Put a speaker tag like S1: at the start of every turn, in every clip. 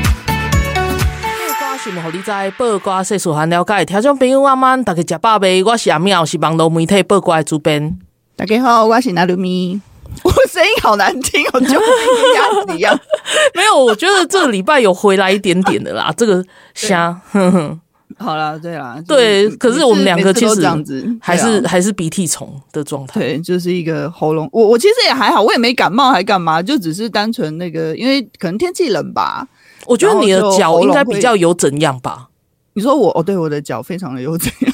S1: 报歌新闻，互你知，报歌世事含了解。听众朋友，晚安，大家食饱未？我是阿妙，是网络媒体报歌的主编。
S2: 大家好，我是拿鲁咪。我声音好难听哦，就跟鸭子一样。
S1: 没有，我觉得这个礼拜有回来一点点的啦。这 个虾，哼哼，
S2: 好啦，对啦，
S1: 对
S2: 就是。
S1: 可是我们两个
S2: 每次
S1: 其
S2: 都
S1: 实
S2: 这样子，对啊
S1: 还是还是鼻涕虫的状态。
S2: 对，就是一个喉咙。我我其实也还好，我也没感冒，还干嘛？就只是单纯那个，因为可能天气冷吧。
S1: 我觉得你的
S2: 然后就
S1: 脚
S2: 喉
S1: 应该
S2: 咙会
S1: 比较有怎样 吧？
S2: 你说我哦，对，我的脚非常的 有怎样？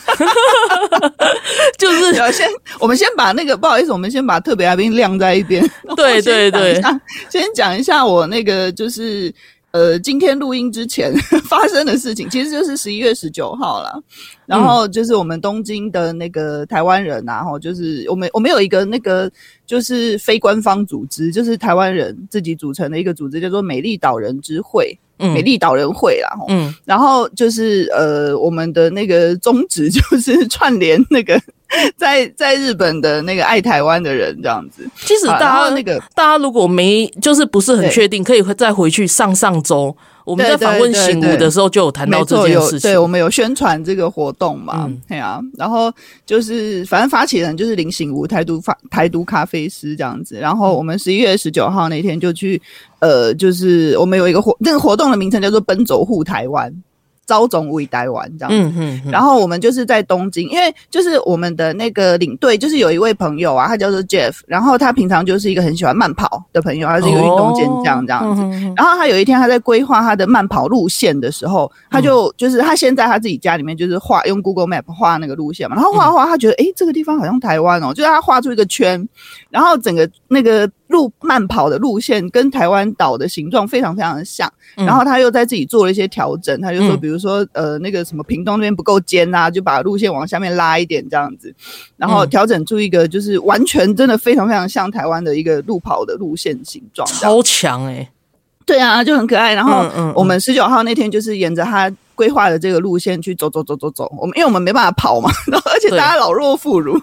S1: 就是
S2: 对啊先，我们先把那个不好意思，我们先把特别来宾晾在一边。
S1: 对对对
S2: 先讲一下，先讲一下我那个就是呃，今天录音之前 发生的事情，其实就是十一月十九号啦。
S1: 嗯
S2: 然后就是我们东京的那个台湾人啊，吼，就是我们我们有一个那个就是非官方组织，就是台湾人自己组成的一个组织，叫做美丽岛人之会，美
S1: 嗯
S2: 丽岛人会啦，吼。
S1: 嗯，
S2: 然后就是呃，我们的那个宗旨 就是串联那个 在在日本的那个爱台湾的人这样子。
S1: 即使
S2: 好
S1: 大
S2: 然后
S1: 家
S2: 那个
S1: 大家如果没就是不是很
S2: 对
S1: 确定，可以再回去上上周我们在
S2: 对对
S1: 访问
S2: 对
S1: 醒吾
S2: 对
S1: 的时候就有谈
S2: 没
S1: 到这
S2: 错，
S1: 件
S2: 有
S1: 事情
S2: 对。我们有宣传这个活动嘛？
S1: 嗯
S2: 对啊，然后就是反正发起人就是林醒吾台独发台独咖啡师这样子。然后我们十一月十九号那天就去，呃，就是我们有一个活那个活动的名称叫做“奔走护台湾”，招总为台湾这样子。
S1: 嗯嗯嗯，
S2: 然后我们就是在东京，因为就是我们的那个领队，就是有一位朋友啊，他叫做 Jeff，然后他平常就是一个很喜欢慢跑的朋友，他是一个运动健将这样子。
S1: 哦嗯嗯嗯
S2: 然后他有一天他在规划他的慢跑路线的时候，他
S1: 嗯
S2: 就、就是他先在他自己家里面就是画用 Google Map 画那个路线嘛，
S1: 嗯
S2: 然后画画他觉得诶这个地方好像台湾哦，就是他画出一个圈，然后整个那个路慢跑的路线跟台湾岛的形状非常非常的像。
S1: 嗯
S2: 然后他又在自己做了一些调整，他就说，
S1: 嗯
S2: 比如说，呃，那个什么屏东那边不够尖啊，就把路线往下面拉一点这样子，然后
S1: 嗯
S2: 调整出一个就是完全真的非常非常像台湾的一个路跑的路线形 状这样。
S1: 超强哎，
S2: 对啊，就很可爱。然后
S1: 嗯嗯嗯
S2: 我们十九号那天就是沿着他规划的这个路线去走走走走走，我们因为我们没办法跑嘛， 然后而且
S1: 对
S2: 大家老弱妇孺，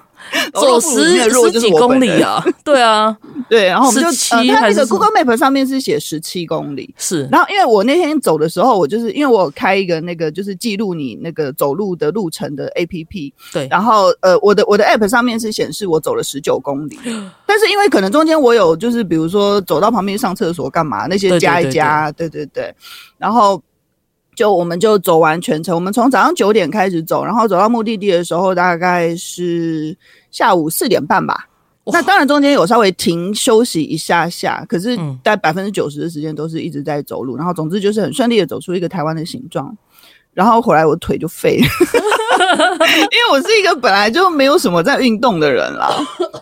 S2: 老
S1: 走
S2: 弱妇孺里
S1: 十
S2: 面的弱
S1: 十
S2: 就是
S1: 几
S2: 我
S1: 公
S2: 本人
S1: 里，啊， 对啊，
S2: 对，然后我们就呃
S1: 17
S2: 它
S1: 还
S2: 那
S1: 是
S2: 个
S1: 什么
S2: Google Map 上面是写十七公里，
S1: 是
S2: 然后因为我那天走的时候，我就是因为我有开一个那个就是记录你那个走路的路程的 A P P，
S1: 对，
S2: 然后呃我的我的 App 上面是显示我走了十九 公里，但是因为可能中间我有就是比如说走到旁边上厕所干嘛那
S1: 对
S2: 些
S1: 对
S2: 加一
S1: 对
S2: 加，对对对，然后。就我们就走完全程，我们从早上九点开始走，然后走到目的地的时候大概是下午四点半吧。那当然中间有稍微停休息一下下，可是
S1: 嗯
S2: 大概百分之九十的时间都是一直在走路，然后总之就是很顺利的走出一个台湾的形状。然后回来我腿就废了， 因为我是一个本来就没有什么在运动的人 啦。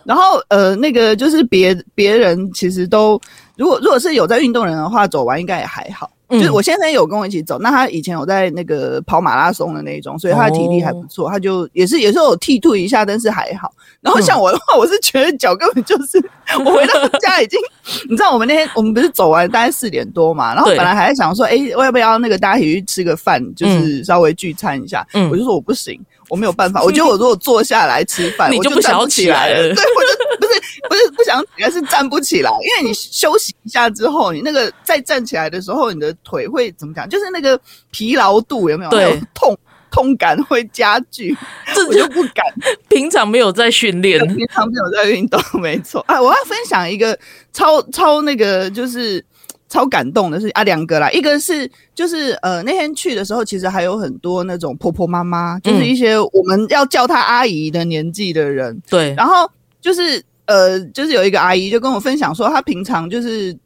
S2: 然后呃，那个就是别别人其实都，如果如果是有在运动人的话，走完应该也还好。
S1: 嗯
S2: 就是我先生有跟我一起走，那他以前有在那个跑马拉松的那一种，所以他的体力还不
S1: 哦
S2: 错，他就也是也是有剃度一下，但是还好。然后
S1: 嗯
S2: 像我的话，我是觉得脚根本就是，我回到家已经， 你知道我们那天我们不是走完大概四点多嘛，然后
S1: 对
S2: 本来还在想说，哎、我要不要那个大家一起去吃个饭，就是稍微聚餐一下？
S1: 嗯
S2: 我就说我不行，我没有办法，我觉得我如果坐下来吃饭，
S1: 你
S2: 我
S1: 就
S2: 就
S1: 不想
S2: 站
S1: 要
S2: 不
S1: 起
S2: 起
S1: 来
S2: 来
S1: 了
S2: 对，我就不是不是不想起来，是站不起来，因 为你休息一下之后，你那个再站起来的时候，你的腿会怎么讲？就是那个疲劳度有没有？
S1: 对
S2: 还有痛痛感会加剧，
S1: 这
S2: 我就
S1: 就
S2: 不敢。
S1: 平常没有在训练，
S2: 平常没有在运动， 没错。啊，我要分享一个超超那个就是超感动的事啊，两个啦，一个是就是呃那天去的时候，其实还有很多那种婆婆妈妈，
S1: 嗯
S2: 就是一些我们要叫她阿姨的年纪的人，
S1: 对，
S2: 然后就是呃，就是有一个阿姨就跟我分享说，她平常就是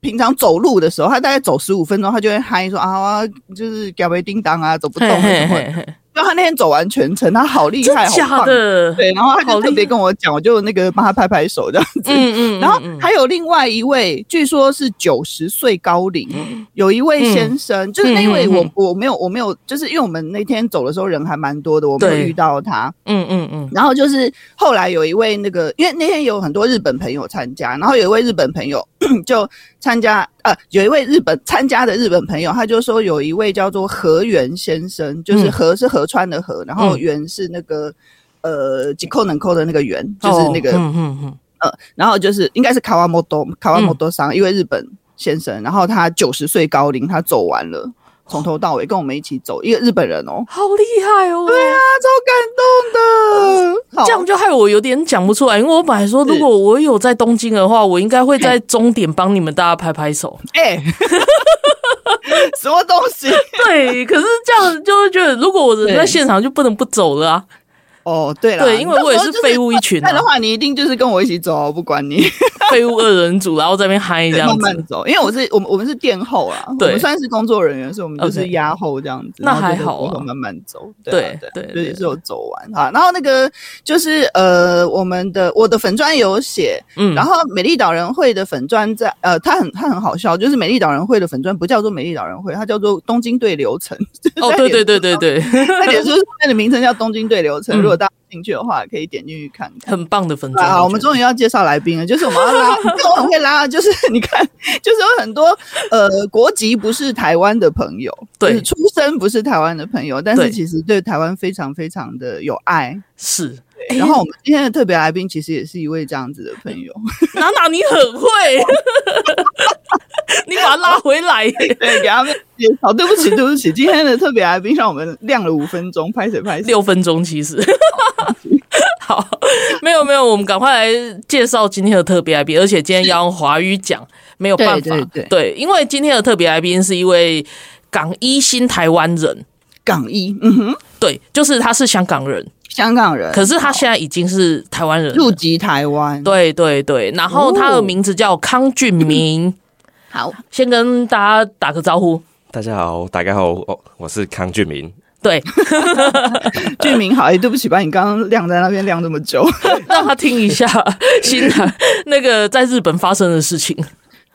S2: 平常走路的时候，她大概走十五分钟，她就会嗨说啊，我就是脚被叮当啊，走不动啊什么的
S1: 嘿，
S2: 就他那天走完全程，他好厉
S1: 真
S2: 害，好
S1: 假
S2: 棒。
S1: 的？
S2: 对，然后他
S1: 好
S2: 就特
S1: 厉
S2: 别
S1: 害
S2: 跟我讲，我就那个帮他拍拍手这样子。
S1: 嗯嗯嗯
S2: 然后
S1: 嗯
S2: 还有另外一位，据说是九十岁高龄，有一位先生，就是那位我
S1: 嗯嗯嗯嗯
S2: 我没有我没有，就是因为我们那天走的时候人还蛮多的，我没有
S1: 对
S2: 遇到他。
S1: 嗯嗯嗯，
S2: 然后就是后来有一位那个，因为那天有很多日本朋友参加，然后有一位日本朋友 就参加，呃，有一位日本参加的日本朋友，他就说有一位叫做河原先生，就是
S1: 嗯
S2: 河是河川的河，然后
S1: 嗯
S2: 原是那个。呃，几扣能扣的那个圆，就是那个、
S1: 哦嗯嗯嗯，
S2: 呃，然后就是应该是卡瓦莫多卡瓦莫多桑，一位日本先生，然后他九十岁高龄，他走完了，从头到尾跟我们一起走，一个日本人哦，
S1: 好厉害哦！对啊，
S2: 他超感动的，好
S1: 哦这样就害我有点讲不出来，因为我本来说，如果我有在东京的话，我应该会在终点帮你们大家拍拍 手。
S2: 哎、什么东西？
S1: 对，可是这样就会觉得，如果我人在
S2: 对
S1: 现场，就不能不走了啊。
S2: 哦，对了，
S1: 对因为我也是废物一群啊
S2: 那的话，你一定就是跟我一起走，不管你
S1: 废物二人组，然后在那边嗨 这样
S2: 慢
S1: 子，
S2: 慢走，因为我是我们我们是殿后啦，我
S1: 对
S2: 们算是工作人员，所以我们就
S1: OK
S2: 是压后这样子。
S1: 那
S2: 然后就
S1: 还好啊
S2: 跟着慢慢走。啊
S1: 对
S2: 对啊，
S1: 对
S2: 就
S1: 对
S2: 是有走完啊。然后那个就是呃，我们的我的粉砖有写，
S1: 嗯，
S2: 然后美丽岛人会的粉砖在呃，它很它很好笑，就是美丽岛人会的粉砖不叫做美丽岛人会，它叫做东京队流程。
S1: 哦，对对对对对，
S2: 在脸书上面的名称叫东京队流
S1: 嗯
S2: 程，如果大家有兴趣的话，可以点进去看看。
S1: 很棒的粉
S2: 啊，
S1: 砖。
S2: 好我们
S1: 觉得
S2: 终于要介绍来宾了，就是我们 要拉，你看我很会拉，就是你看，就是有很多呃国籍不是台湾的朋友，
S1: 对
S2: 就是出生不是台湾的朋友，但
S1: 对
S2: 是其实对台湾非常非常的有爱。
S1: 是， 哎
S2: 然后我们今天的特别来宾其实也是一位这样子的朋友，
S1: 娜娜你很会， 你把他拉回来。
S2: 对，给他们介绍。对不起，对不起，今天的特别来宾让我们亮了五分钟，拍谁拍谁。
S1: 六分钟其实。 好，没有没有，我们赶快来介绍今天的特别来宾，而且今天要用华语讲，没有办法，
S2: 对对对
S1: 因为今天的特别来宾是一位港一新台湾人，
S2: 港一，嗯哼，
S1: 对，就是他是香港人，
S2: 香港人，
S1: 可是他现在已经是台湾人
S2: 入
S1: 了，
S2: 籍哦台湾，
S1: 对对对，然后他的名字叫康俊明，
S2: 好，
S1: 先跟大家打个招呼，
S3: 大家好，大家好，哦，我是康俊明。
S1: 对，
S2: 俊明好，哎、对不起，把你刚刚晾在那边晾这么久。
S1: 让他听一下新台那个在日本发生的事情，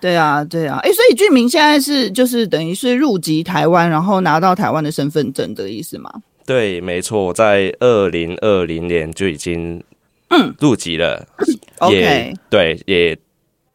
S2: 对啊，对啊，哎、所以俊明现在是就是等于是入籍台湾，然后拿到台湾的身份证的意思吗？
S3: 对，没错，我在二零二零年就已经嗯入籍了，也
S1: 嗯
S2: OK
S3: 对，也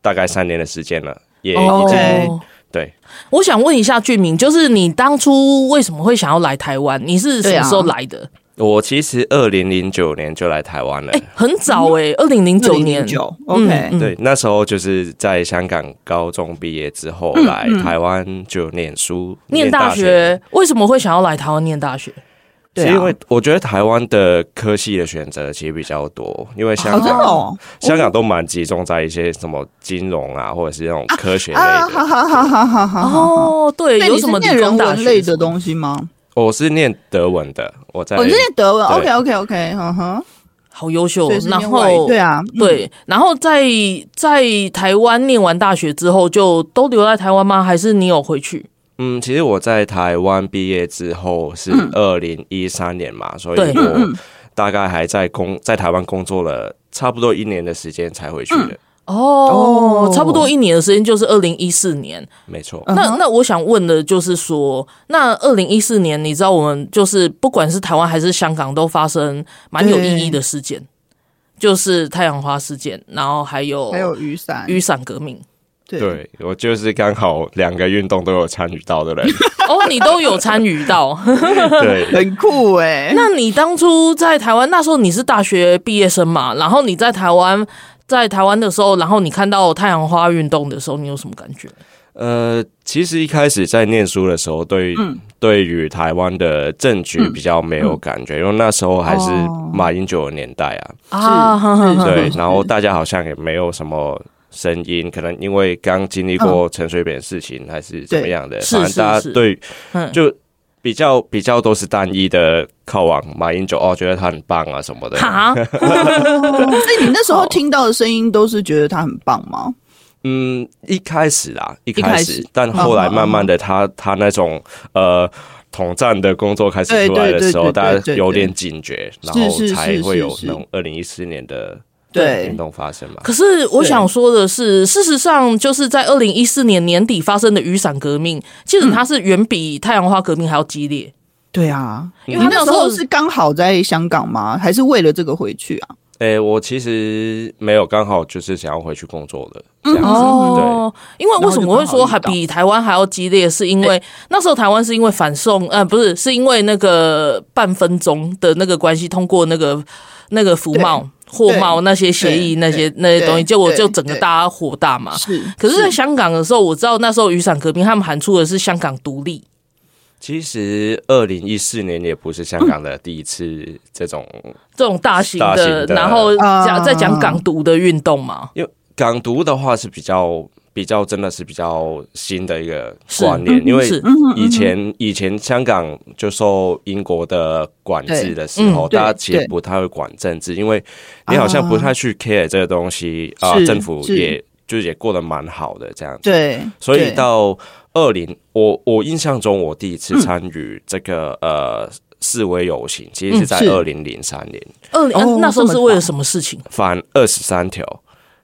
S3: 大概三年的时间了，也
S1: 哦
S3: 已经、
S2: OK
S3: 对。
S1: 我想问一下俊明，就是你当初为什么会想要来台湾？你是什
S2: 啊
S1: 么时候来的？
S3: 我其实二零零九年就来台湾了，
S1: 哎、很早
S2: 嗯
S1: 哎、二零零九年。
S2: 九
S1: 嗯
S2: ，OK，、
S1: 嗯
S3: 对，那时候就是在香港高中毕业之后来台湾就念书，
S1: 嗯念大学为什么会想要来台湾念大学？
S2: 对
S3: 是
S2: 啊
S3: 因为我觉得台湾的科系的选择其实比较多，因为香
S2: 哦，真
S3: 港、
S2: 的哦，
S3: 香港都蛮集中在一些什么金融啊，或者是那种科学类
S2: 啊，
S3: 的。
S2: 好好好好好好好。
S1: 哦，对，
S2: 那
S1: 有
S2: 你是
S1: 什么理
S2: 念人
S1: 工大
S2: 文
S1: 学
S2: 类的东西吗？
S3: 我是念德文的，我在、
S2: 哦，你是念德文
S3: 对
S2: ，OK OK OK，嗯哼，
S1: 好优秀
S2: 所以。是
S1: 哦然
S2: 念外语
S1: 后
S2: 对啊，嗯，
S1: 对，然后在在台湾念完大学之后，就都留在台湾吗？还是你有回去？
S3: 嗯，其实我在台湾毕业之后是
S2: 嗯
S3: 二零一三年嘛，所以
S1: 对
S3: 我大概还在工在台湾工作了差不多一年的时间才回去的，
S2: 嗯
S1: 哦，
S2: 哦
S1: 差不多一年的时间，就是二零一四年。
S3: 没错。
S2: 嗯
S1: 那
S2: 哼
S1: 那我想问的就是说，那二零一四年，你知道我们就是不管是台湾还是香港，都发生蛮有意义的事件，就是太阳花事件，然后还有
S2: 还有雨伞，
S1: 雨伞革命。
S2: 对
S3: 对，我就是刚好两个运动都有参与到 的人。
S1: 哦，你都有参与到。
S3: 对，
S2: 很酷哎、
S1: 那你当初在台湾那时候你是大学毕业生嘛？然后你在台湾，在台湾的时候，然后你看到太阳花运动的时候，你有什么感觉？
S3: 呃，其实一开始在念书的时候，对、
S1: 嗯
S3: 对于台湾的政局比较没有感觉，因为那时候还是
S2: 哦
S3: 马英九的年代啊，
S1: 啊，哈哈哈
S3: 对，
S2: 是
S3: 然后大家好像也没有什么声音，可能因为刚经历过陈水扁的事情还是怎么样的，
S1: 嗯是
S3: 反正大
S1: 是
S3: 家
S1: 是
S3: 对
S1: 嗯
S3: 就比较比较都是单一的靠往马英九哦，觉得他很棒啊什么的。
S1: 哈，
S2: 所以你那时候听到的声音都是觉得他很棒吗？
S3: 嗯，一开始啊，一
S2: 开
S3: 开
S2: 始嗯
S3: 但后来慢慢的他，他那种呃，统战的工作开始出来的时候，
S2: 对对对对对
S3: 大家
S2: 对
S3: 有点警觉，
S2: 是
S3: 然后
S2: 是是
S3: 才会有
S2: 是是
S3: 那种二零一四年的运
S2: 对
S3: 动发生嘛。
S1: 可是我想说的是，事实上就是在二零一四年年底发生的雨伞革命，其
S2: 嗯
S1: 实它是远比太阳花革命还要激烈。
S2: 对啊，
S1: 因
S2: 你
S1: 为他
S2: 那
S1: 那
S2: 时
S1: 时候
S2: 候是刚好在香港吗？还是为了这个回去啊？
S3: 诶、我其实没有，刚好就是想要回去工作的
S2: 嗯
S3: 这样子。
S1: 哦，因为为什么我会说还
S2: 然后就刚好
S1: 比台湾还要激烈？是因为那时候台湾是因为反送，呃，不是，是因为那个半分钟的那个关系通过那个那个服贸、货贸那些协议
S2: 对
S1: 那些那些东西，
S2: 对
S1: 结果就
S2: 对
S1: 整个
S2: 对
S1: 大家火大嘛。
S2: 是，
S1: 可是，在香港的时候，我知道那时候雨伞革命他们喊出的是香港独立，
S3: 其实二零一四年也不是香港的第一次这种
S1: 这种大型
S3: 大
S1: 的，
S3: 型的
S1: 然后讲
S2: 啊
S1: 在讲港独的运动嘛。
S3: 因为港独的话是比较比较真的是比较新的一个观念，
S2: 嗯
S3: 因为
S1: 是
S3: 以前以前香港就受英国的管制的时候，
S2: 对
S3: 大家其实
S2: 对
S3: 不太会管政治，因为你好像不太去 care 这个东西啊、
S2: 是
S3: 政府
S2: 是
S3: 也就也过得蛮好的这样子，
S2: 对，
S3: 所以
S2: 对
S3: 到二零，我我印象中我第一
S2: 嗯
S3: 次参与这个、呃示威游行，其实是
S2: 嗯
S3: 在
S2: 是
S3: 二零零三年，
S1: 二零、
S2: 哦
S1: 呃那时候是
S2: 这么
S1: 为了
S2: 早
S1: 什么事情？
S3: 反二十三条。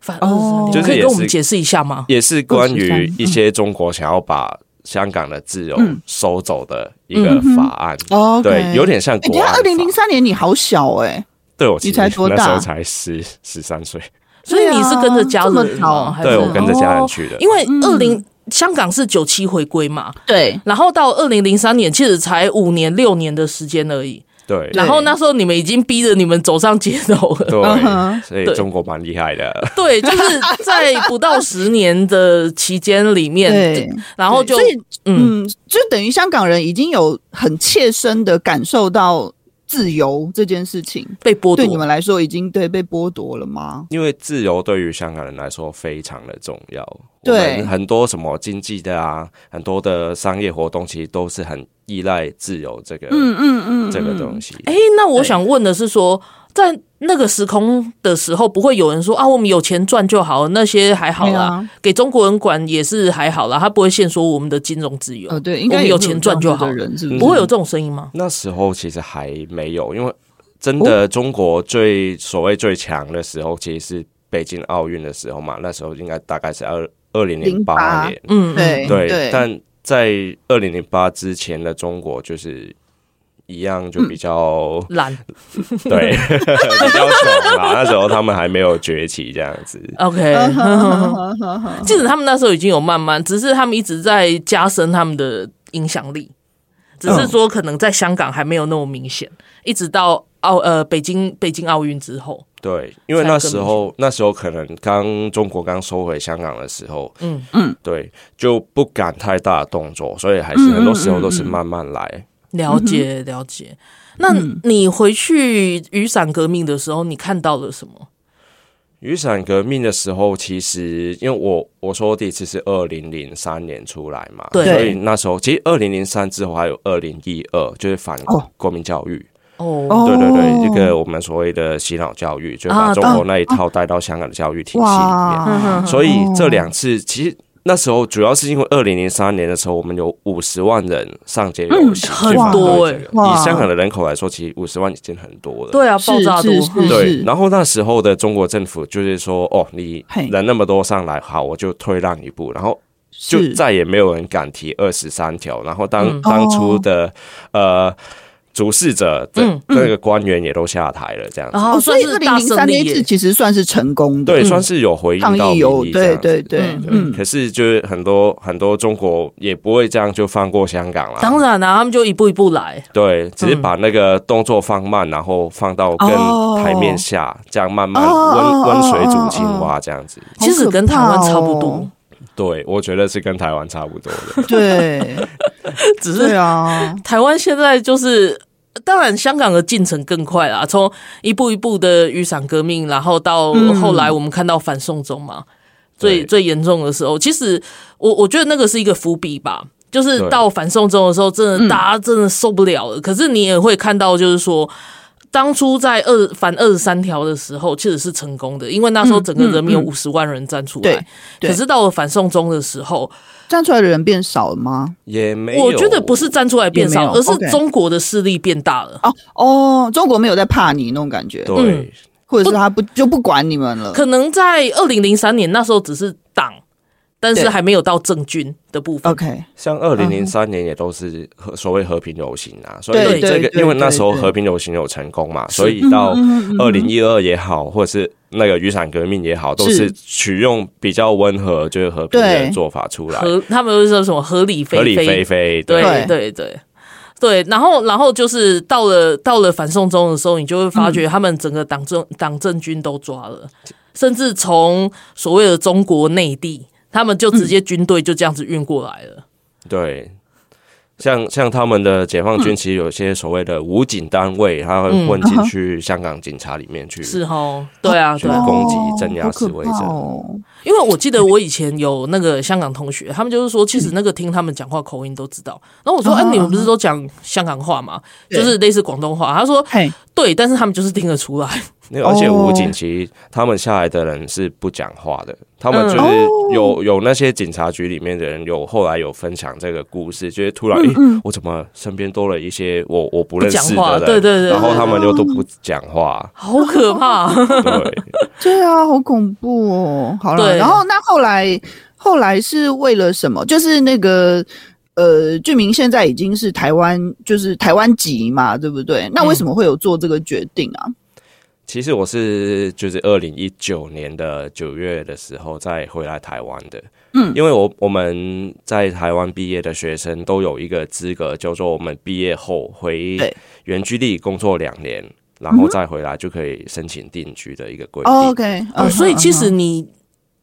S1: 反二
S2: 哦
S1: 十
S3: 就是
S1: 可以
S3: 也
S1: 跟我
S3: 是
S1: 们解释一下吗？
S3: 也是关于
S2: 23
S3: 一些中国想要把香港的自由收走的一个法案。
S2: 哦，
S3: 对，有。点像
S2: 哎，你
S3: 国
S2: 看，
S3: 安
S2: 二零零
S3: 法。
S2: 三年你好小哎，
S3: 对我其实
S2: 你才多大
S3: 那时候才十十三岁，
S1: 所以你是跟着家
S2: 对啊这
S1: 人吗？
S2: 么早嗯
S1: 还是
S3: 对我跟着家人去的
S1: 哦。因为二零香港是九七回归嘛，
S2: 对，
S1: 然后到二零零三年其实才五年六年的时间而已。
S3: 对
S1: 然后那时候你们已经逼着你们走上街头 了。
S2: 嗯
S3: 对，
S2: 哼
S3: 所以
S1: 对
S3: 中国蛮厉害的。
S1: 对，就是在不到十年的期间里面
S2: 对，
S1: 然后就
S2: 所以
S1: 嗯，
S2: 嗯，就等于香港人已经有很切身的感受到自由这件事情，
S1: 被剥
S2: 对你
S1: 夺。
S2: 们来说已经对被剥夺了吗？
S3: 因为自由对于香港人来说非常的重要，
S2: 对
S3: 我们很多什么经济的啊，很多的商业活动其实都是很依赖自由这个，嗯嗯嗯，这个东西。
S1: 哎，那我想问的是说，在那个时空的时候，不会有人说啊，我们有钱赚就好，那些还好
S2: 对
S1: 啦
S2: 啊，
S1: 给中国人管也是还好啦，他不会限缩我们的金融自由。
S2: 呃，对，应
S1: 我
S2: 该
S1: 们
S2: 也
S1: 有
S2: 会
S1: 钱
S2: 这
S1: 赚
S2: 样
S1: 就
S2: 子的
S1: 好，
S2: 人是不是
S1: 不会有这种声音吗？
S3: 那时候其实还没有，因为真的中国最、所谓最强的时候，其实是北京奥运的时候嘛。那时候应该大概是二二零零八
S2: 08
S3: 年，
S1: 嗯，
S2: 对
S3: 对。
S2: 对，
S3: 但在二零零八之前的中国，就是一样就比较、
S1: 懒。
S3: 对 比较怂啦。那时候他们还没有崛起这样子。
S1: OK，即
S2: 嗯
S1: 使他们那时候已经有慢慢，只是他们一直在加深他们的影响力，只
S2: 嗯
S1: 是说可能在香港还没有那么明显，一直到奥呃北京北京奥运之后，
S3: 对，因为
S1: 才
S3: 那
S1: 更
S3: 时
S1: 明
S3: 候那时候可能刚中国刚收回香港的时候，
S1: 嗯
S2: 嗯，
S3: 对，就不敢太大的动作，所以还是
S2: 嗯
S3: 很多时候都是慢慢来。
S1: 嗯了解了解。那
S2: 嗯
S1: 你回去雨伞革命的时候，你看到了什么？
S3: 雨伞革命的时候，其实因为我我说第一次是二零零三年出来嘛，
S1: 对
S3: 所以那时候其实二零零三之后还有二零一二，就是反
S2: 哦
S3: 国民教育，
S1: 哦，
S3: 对对对，这个我们所谓的洗脑教育，就把
S1: 啊
S3: 中国那一套带到香港的教育体系里面。
S1: 嗯
S2: 哇，
S3: 所以这两次其实那时候主要是因为二零零三年的时候，我们有五十万人上街游行，
S1: 很
S3: 去反对
S1: 多欸
S3: 这个
S2: 哇
S3: 以香港的人口来说，其实五十万已经很多了。
S1: 对啊，
S2: 是
S1: 爆炸多
S2: 是，是
S1: 嗯
S3: 对，然后那时候的中国政府就是说，哦，你
S2: 嘿
S3: 人那么多上来，好，我就退让一步，然后就是再也没有人敢提二十三条。然后当、
S1: 嗯
S3: 当初的、呃主事者的、
S1: 嗯
S3: 那个官员也都下台了，这样子。
S1: 然后
S2: 哦，所
S1: 算
S2: 以
S1: 是
S2: 二零
S1: 大
S2: 零三
S1: 胜
S2: 那
S1: 利
S2: 一次
S1: 耶。
S2: 其实算是成功的，嗯
S3: 对，算是有回
S2: 抗
S3: 应到
S2: 议游，
S3: 民意这
S2: 对
S3: 样子
S2: 对对
S1: 嗯，
S2: 嗯，
S3: 可是就是很多很多中国也不会这样就放过香港啦。
S1: 当然啦、他们就一步一步来。
S3: 对，只是把那个动作放慢，然后放到跟
S2: 哦
S3: 台面下，这样慢慢
S2: 哦
S3: 温
S2: 哦
S3: 温水
S2: 哦
S3: 煮
S2: 哦
S3: 青
S2: 哦
S3: 蛙这样子。
S2: 好
S1: 其实
S2: 可
S1: 跟台湾
S2: 怕
S1: 差不
S2: 哦
S1: 多，
S3: 对，我觉得是跟台湾差不多的。
S2: 对
S1: 只
S2: 对
S1: 是
S2: 啊，
S1: 台湾现在就是，当然香港的进程更快啦，从一步一步的雨伞革命，然后到后来我们看到反送中嘛，最
S3: 对
S1: 最严重的时候，其实我我觉得那个是一个伏笔吧。就是
S3: 对
S2: 嗯
S1: 到反送中的时候，真的大家真的受不了了。可是你也会看到，就是说当初在二反二十三条的时候，确实是成功的，因为那时候整个人民有
S2: 嗯嗯嗯
S1: 五十万人站出来。
S2: 对对
S1: 可是到了反送中的时候，
S2: 站出来的人变少了吗？
S3: 也没有。
S1: 我觉得不是站出来变
S2: 哎也
S1: 少，
S2: 没
S1: 而
S2: 有
S1: 是
S2: OK
S1: 中国的势力变大了。
S2: 哦哦，中国没有在怕你那种感觉，
S3: 对，
S2: 或者是他不就不管你们了。
S1: 可能在二零零三年那时候只是党，但是
S2: 对
S1: 还没有到政军的部分。
S2: OK，
S3: 像二零零三年也都是和所谓和平游行啊，所
S2: 嗯对
S3: 以
S2: 对
S3: 这个
S2: 对
S3: 因为那时候
S2: 对嗯对
S3: 和平游行有成功嘛，所以到二零一二也好，或者是那个雨伞革命也好，都是
S2: 是
S3: 取用比较温和就是和平的
S2: 对
S3: 做法出来，
S1: 合他们会说什么合理非
S3: 合理非非对
S1: 对对对对，然后然后就是到了到了反送中的时候，你就会发
S3: 嗯
S1: 觉他们整个党政党政军都抓了，甚至从所谓的中国内地，他们就直
S3: 嗯
S1: 接军队就这样子运过来了。
S3: 对。像像他们的解放
S2: 嗯
S3: 军，其实有些所谓的武警单位，他会混进去香港警察里面去，
S1: 是哦，对啊，
S3: 去
S1: 对啊，
S3: 攻击镇压
S2: 哦好可
S3: 示威者
S2: 怕哦
S1: 因为我记得我以前有那个香港同学，他们就是说，其实那个听他们讲话口音都知道。然后我说，哎、
S2: 嗯哼
S1: 你们不是都讲香港话吗？
S2: 对
S1: 就是类似广东话。他说
S2: 嘿，
S1: 对，但是他们就是听得出来。
S3: 那个而且
S2: 哦
S3: 武警其实他们下来的人是不讲话的，他
S1: 嗯
S3: 们就是
S1: 哦
S3: 有有那些警察局里面的人有后来有分享这个故事，就是突然，诶，我怎么身边多了一些我我不认识
S1: 嗯不讲
S3: 的
S1: 话
S3: 人，
S1: 对对对
S3: 然后他们又都不讲话，
S1: 好可怕！
S3: 对，
S2: 对啊，好恐怖哦。好了，
S1: 对
S2: 然后那后来后来是为了什么？就是那个。呃，俊明现在已经是台湾，就是台湾籍嘛，对不对？
S1: 嗯
S2: 那为什么会有做这个决定啊？
S3: 其实我是就是二零一九年的九月的时候再回来台湾的，嗯，因为我我们在台湾毕业的学生都有一个资格，叫做我们毕业后回
S2: 对
S3: 原居地工作两年，然后再回来就可以申请定居的一个规定。
S2: 哦 OK，
S1: 哦，
S2: 嗯
S1: 所以其实
S2: 嗯
S1: 你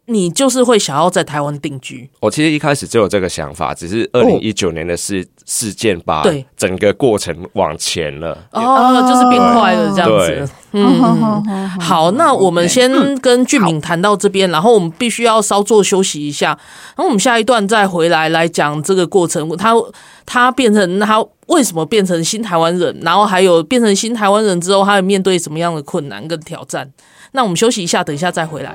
S1: 你就是会想要在台湾定居，
S3: 我其实一开始就有这个想法，只是二零一九年的
S2: 哦
S3: 事、事件把
S1: 对
S3: 整个过程往前了。
S1: 哦，就是变快了这样
S3: 对
S1: 子。嗯，嗯嗯好，嗯那我们先跟俊敏谈到这边，然后我们必须要稍作休息一下，然后我们下一段再回来来讲这个过程，他他变成他为什么变成新台湾人，然后还有变成新台湾人之后，他会面对什么样的困难跟挑战？那我们休息一下，等一下再回来。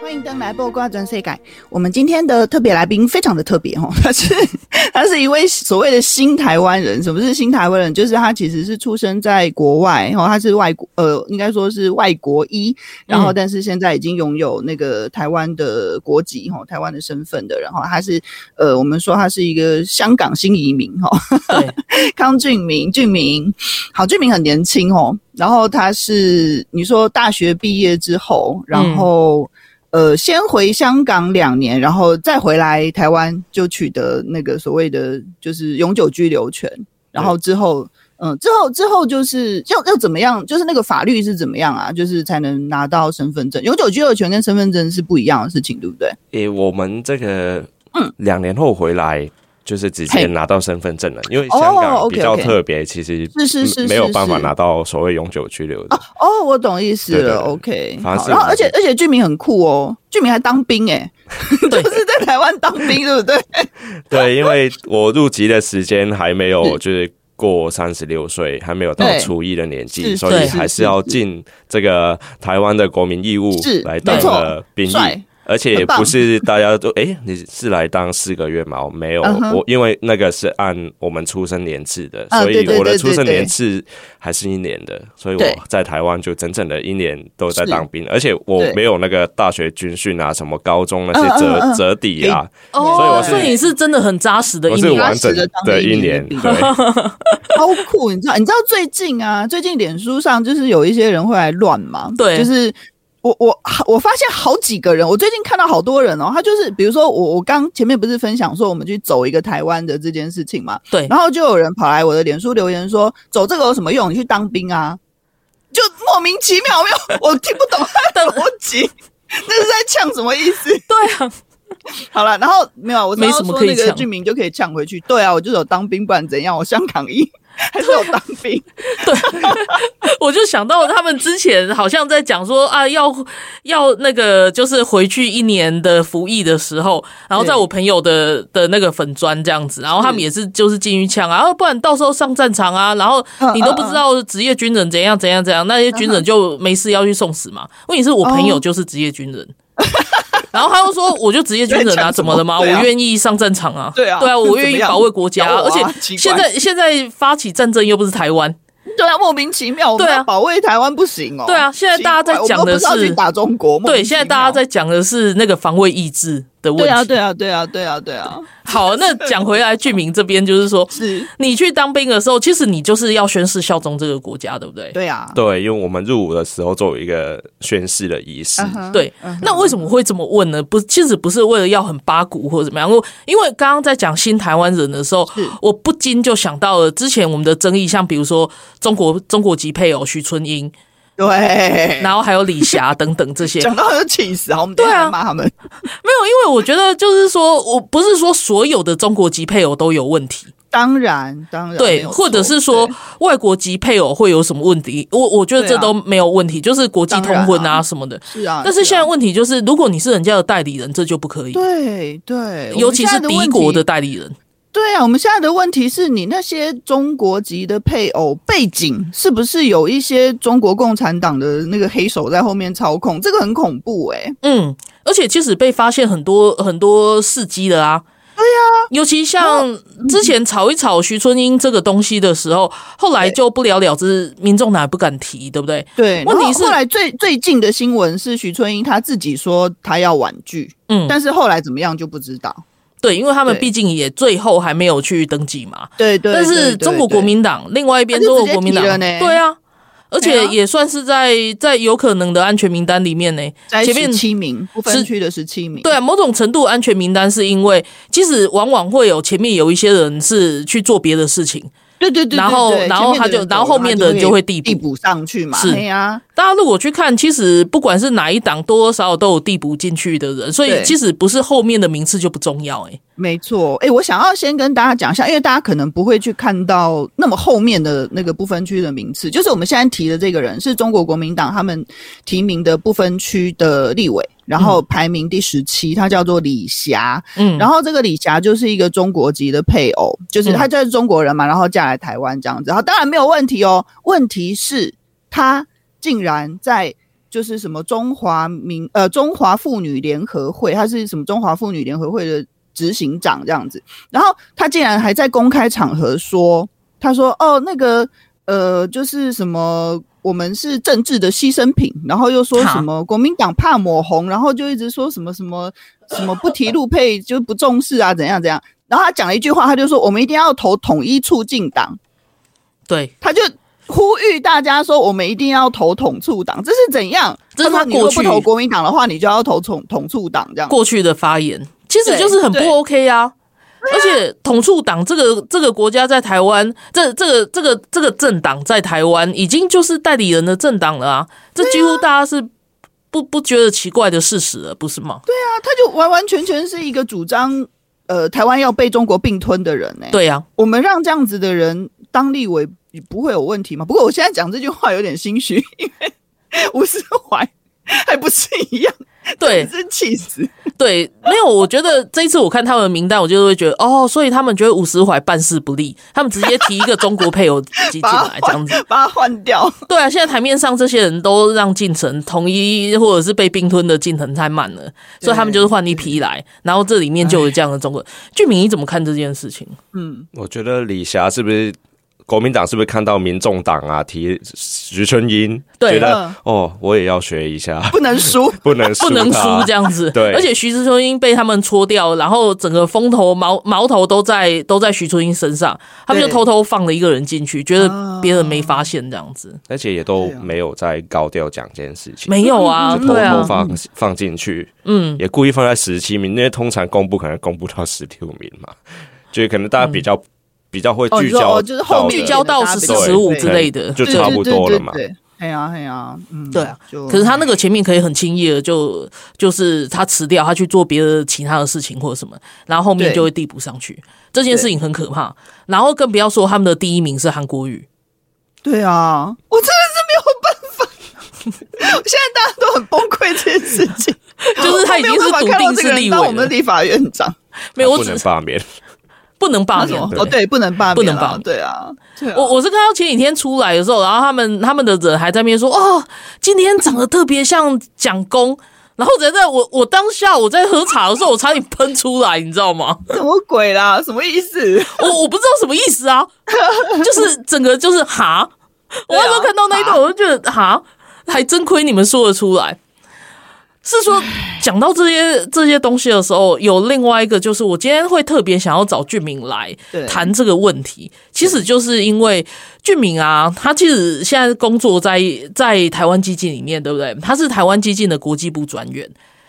S2: 欢迎登来报瓜转世改。我们今天的特别来宾非常的特别哦， 他是他是一位所谓的新台湾人。什么是新台湾人？就是他其实是出生在国外，然后他是外国呃，应该说是外国一，然后
S1: 嗯
S2: 但是现在已经拥有那个台湾的国籍哈，台湾的身份的人哈，他是呃，我们说他是一个香港新移民哈，
S1: 对，
S2: 康俊明，俊明，好，俊明很年轻哦。然后他是你说大学毕业之
S1: 嗯
S2: 后，然后、呃，先回香港两年，然后再回来台湾，就取得那个所谓的就是永久居留权。然后之后，嗯，之后之后就是要要怎么样？就是那个法律是怎么样啊？就是才能拿到身份证，永久居留权跟身份证是不一样的事情，对不对？
S3: 诶、我们这个两年后回来。就是直
S2: 嗯
S3: 接
S2: 嘿
S3: 拿到身份证了，因为
S2: 哦
S3: 香港比较
S2: OK，OK
S3: 特别，其实
S2: 是是是是
S3: 没有办法
S2: 是
S3: 拿到所谓永久居留的。
S2: 哦，我懂意思
S3: 对对
S2: 了。
S3: 对
S2: OK，
S3: 反而
S2: 好
S3: 是
S2: 然后
S3: 我
S2: 而且而且俊明很酷哦，俊明还当兵 哎、
S1: 对
S2: 就是在台湾当兵，对不 对？
S3: 对，因为我入籍的时间还没有，就是过三十六岁，还没有到
S2: 对
S3: 初一的年纪，
S2: 是
S3: 所
S1: 对
S3: 以
S1: 是
S3: 还是要尽这个台湾的国民义务
S2: 是
S3: 来当
S2: 没错
S3: 了兵役。
S2: 帅，
S3: 而且也
S2: 很棒
S3: 不是大家都哎、 诶你是来当四个月吗？我没有
S2: 嗯哼
S3: 我因为那个是按我们出生年次的，
S2: 啊
S3: 所
S2: 对
S3: 以
S2: 对
S3: 我的
S2: 对
S3: 出生
S2: 对对
S3: 年次还是一年的，所以我
S2: 对
S3: 在台湾就整整的一年都在
S2: 是
S3: 当兵，而且我
S2: 对
S3: 没有那个大学军训啊，什么高中那
S2: 嗯
S3: 些
S2: 嗯
S3: 折
S2: 嗯嗯
S3: 折抵啊，所以
S1: 哦
S3: 我，是
S1: 所以你是真的很扎实的
S3: 哦我
S1: 一
S3: 是
S1: 名啊
S2: 我
S3: 完整的一年，
S2: 扎实地
S3: 对
S2: 当，超酷！你知道，你知道最近啊，最近脸书上就是有一些人会来乱嘛，
S1: 对
S2: 就是。我我我发现好几个人，我最近看到好多人哦，他就是比如说我我刚前面不是分享说我们去走一个台湾的这件事情嘛，
S1: 对
S2: 然后就有人跑来我的脸书留言说走这个有什么用？你去当兵啊，就莫名其妙，没有我听不懂他的逻辑，那是在呛什么意思？
S1: 对啊，
S2: 好了，然后没有，啊我
S1: 没什
S2: 知道
S1: 么
S2: 说
S1: 可以
S2: 那个
S1: 抢
S2: 剧名就可以抢回去。对啊，我就有当兵，不然怎样？我香港一还是有当兵，
S1: 我就想到他们之前好像在讲说啊，要要那个就是回去一年的服役的时候，然后在
S2: 对嗯
S1: 我朋友的的那个粉砖这样子，然后他们也是就是进去呛啊，啊不然到时候上战场啊，然后
S2: 嗯
S1: 你都不知道职业军人怎样怎样怎样，那些军人就没事要去送死嘛。问题是我
S2: 哦
S1: 朋友就是职业军人。 然后他又说：“我就职业军人
S2: 在
S1: 啊，
S2: 讲什
S1: 怎
S2: 么
S1: 么了吗？我
S2: 对啊
S1: 愿意上战场啊，
S2: 对啊
S1: 对啊，我愿意
S2: 怎么样
S1: 保卫国家啊。
S2: 咬我
S1: 而
S2: 啊
S1: 且
S2: 奇
S1: 现
S2: 怪
S1: 在现在发起战争又不是台湾，
S2: 对啊，莫名其妙，我们
S1: 对啊
S2: 要保卫台湾不行哦。
S1: 对啊现在大家在
S2: 奇怪
S1: 讲的是
S2: 我们都不知道去打中国，莫名
S1: 对，
S2: 其妙
S1: 现在大家在讲的是那个防卫意志的问题。
S2: 对啊，对啊，对啊，对啊，对啊，
S1: 好，那讲回来，俊明这边就是说，
S2: 是，
S1: 你去当兵的时候，其实你就是要宣誓效忠这个国家，对不对？
S2: 对啊，
S3: 对，因为我们入伍的时候都有一个宣誓的仪式，
S2: 嗯哼
S1: 对那为什么会这么问呢？不，其实不是为了要很八股或者怎么样，我因为刚刚在讲新台湾人的时候
S2: 是，
S1: 我不禁就想到了之前我们的争议，像比如说中国中国籍配偶徐春英，
S2: 对，啊
S1: 然后还有李霞等等这些，
S2: 哎 讲到就气死，好，我们等一
S1: 对啊
S2: 下来骂他们，
S1: 没有，因为我觉得就是说我不是说所有的中国籍配偶都有问题，
S2: 当然，当然，啊没
S1: 对，
S2: 有
S1: 或者
S2: 错
S1: 是说
S2: 对
S1: 外国籍配偶会有什么问题？我我觉得这
S2: 对啊
S1: 都没有问题，就是国际通
S2: 当
S1: 婚
S2: 然
S1: 啊
S2: 啊
S1: 什么的。
S2: 是啊，
S1: 但是
S2: 啊
S1: 现在问题就是，如果你是人家的代理人，这就不可以，
S2: 对对，我
S1: 尤
S2: 们
S1: 其
S2: 现在
S1: 是
S2: 的
S1: 敌
S2: 问
S1: 国
S2: 题
S1: 的代理人。
S2: 对啊，我们现在的问题是你那些中国籍的配偶背景是不是有一些中国共产党的那个黑手在后面操控？这个很恐怖哎、
S1: 嗯，而且即使被发现很多很多事迹了啊。对呀、尤其像
S2: 嗯
S1: 之前炒一炒徐春英这个东西的时候，后来就不了了之，民众哪也不敢提，对不对？
S2: 对，
S1: 问题
S2: 然后
S1: 是
S2: 后来最最近的新闻是徐春英她自己说她要婉拒，
S1: 嗯，
S2: 但是后来怎么样就不知道。
S1: 对，因为他们
S2: 对
S1: 毕竟也最后还没有去登记嘛。
S2: 对对
S1: 但是中国国。民党另外一边，
S2: 他
S1: 中
S2: 就
S1: 国
S2: 直接
S1: 国民党
S2: 提了呢
S1: 对啊，而且
S2: 对啊
S1: 也算是在在有可能的安全名单里面呢。
S2: 在
S1: 前面
S2: 十七名，不
S1: 是
S2: 分区的十七名。
S1: 对啊，某种程度安全名单是因为，其实往往会有前面有一些人是去做别的事情。
S2: 对对对，
S1: 然后
S2: 对对
S1: 然后他就
S2: 前面的人
S1: 然后
S2: 走
S1: 后面的
S2: 他
S1: 人就会递补
S2: 递补上去嘛。
S1: 是
S2: 对呀，
S1: 大家如果去看，其实不管是哪一党，多多少少都有递补进去的人，所以
S2: 对
S1: 其实不是后面的名次就不重要、欸。
S2: 没错，哎、我想要先跟大家讲一下，因为大家可能不会去看到那么后面的那个不分区的名次，就是我们现在提的这个人是中国国民党他们提名的不分区的立委，然后排名第十七，他叫做李霞，
S1: 嗯，
S2: 然后这个李霞就是一个中国籍的配偶，就是她就是中国人嘛，然后嫁来台湾这样子，然后当然没有问题哦。问题是她竟然在就是什么中华民呃中华妇女联合会，她是什么中华妇女联合会的执行长这样子，然后她竟然还在公开场合说，她说哦那个呃就是什么。我们是政治的牺牲品，然后又说
S1: 哈
S2: 什么国民党怕抹红，然后就一直说什么什么什么不提路配就不重视啊，怎样怎样。然后他讲了一句话，他就说我们一定要投统一促进党，
S1: 对，
S2: 他就呼吁大家说我们一定要投统促党，这是怎样？
S1: 这是他
S2: 说你如
S1: 过
S2: 果
S1: 去
S2: 不投国民党的话，你就要投统统促党这样。
S1: 过去的发言，其实
S2: 对
S1: 就是很不
S2: 对
S1: OK 啊。而且统促党这个这个国家在台湾，这这个这个这个政党在台湾已经就是代理人的政党了啊，这几乎大家是不不觉得奇怪的事实了，不是吗？
S2: 那他就完完全全是一个主张，呃，台湾要被中国并吞的人呢、欸
S1: 对啊呀、
S2: 我们让这样子的人当立委不会有问题吗？不过我现在讲这句话有点心虚，因为吴思怀还不是一样
S1: 对
S2: 真气死！
S1: 对，没有，我觉得这一次我看他们的名单，我就会觉得哦，所以他们觉得五十怀办事不力，他们直接提一个中国配偶挤进
S2: 把它
S1: 来这样
S2: 换
S1: 子。，
S2: 把它换掉。
S1: 对啊，现在台面上这些人都让进程统一，或者是被并吞的进程太慢了，所以他们就是换一批来，然后这里面就有这样的中国。俊明，你怎么看这件事情？
S3: 我觉得李霞是不是国民党是不是看到民众党啊提徐春英，
S1: 对
S3: 觉得
S2: 嗯
S3: 哦我也要学一下，
S2: 不能输，
S3: 不能输
S1: 不能输
S3: 他
S1: 这样子，
S3: 对
S1: 而且徐志春英被他们戳掉，然后整个风头矛矛头都在都在徐春英身上，他们就
S2: 对
S1: 偷偷放了一个人进去，觉
S3: 啊
S1: 得别人没发现这样子。
S3: 而且也都
S1: 啊
S3: 没有在高调讲这件事情，
S1: 没有啊，
S3: 偷
S1: 对
S3: 偷
S1: 啊，
S3: 放放进去，
S1: 嗯，
S3: 也故意放在十七名，因为通常公布可能公布到十六名嘛，就可能大家比较、比较会
S2: 哦你
S3: 聚
S2: 说
S3: 焦到的、
S2: 哦就是后面
S1: 嗯聚焦到十四、
S2: 对
S3: 对
S1: 十五之类的，
S3: 就
S2: 对
S3: 差不多了嘛。
S2: 对对对对哎呀哎呀，嗯，
S1: 对啊
S2: 就
S1: 可是他那个前面可以很轻易的就就是他辞掉，他去做别的其他的事情或者什么，然后后面
S2: 对
S1: 就会递补上去。这件事情很可怕，然后更不要说他们的第一名是韩国瑜，
S2: 对啊，我真的是没有办法。现在大家都很崩溃这件事情，
S1: 就是他已经是
S2: 我没有办
S1: 笃
S2: 法看到
S1: 定
S2: 这
S1: 是
S2: 个人
S1: 立
S2: 当
S1: 委
S2: 我们
S1: 了
S2: 的，立法院长，
S1: 没有，
S3: 他
S1: 我
S3: 不
S1: 只
S3: 能 罢免，
S1: 不能罢
S2: 他什
S1: 免
S2: 么，
S3: 对
S2: 哦，对，不能罢免啊，
S1: 不能罢免
S2: 对啊，对啊，
S1: 我我是看到前几天出来的时候，然后他们他们的人还在那边说哦，今天长得特别像蒋公，然后人在我我当下我在喝茶的时候，我差点喷出来，你知道吗？
S2: 什么鬼啦？什么意思？
S1: 我我不知道什么意思啊，就是整个就是哈，我那时候看到那一段，我就觉得哈，还真亏你们说得出来。是说讲到这些这些东西的时候，有另外一个就是，我今天会特别想要找俊明来
S2: 对
S1: 谈这个问题，其实就是因为俊明啊，他其实现在工作在在台湾基金里面，对不对？他是台湾基金的国际部专员。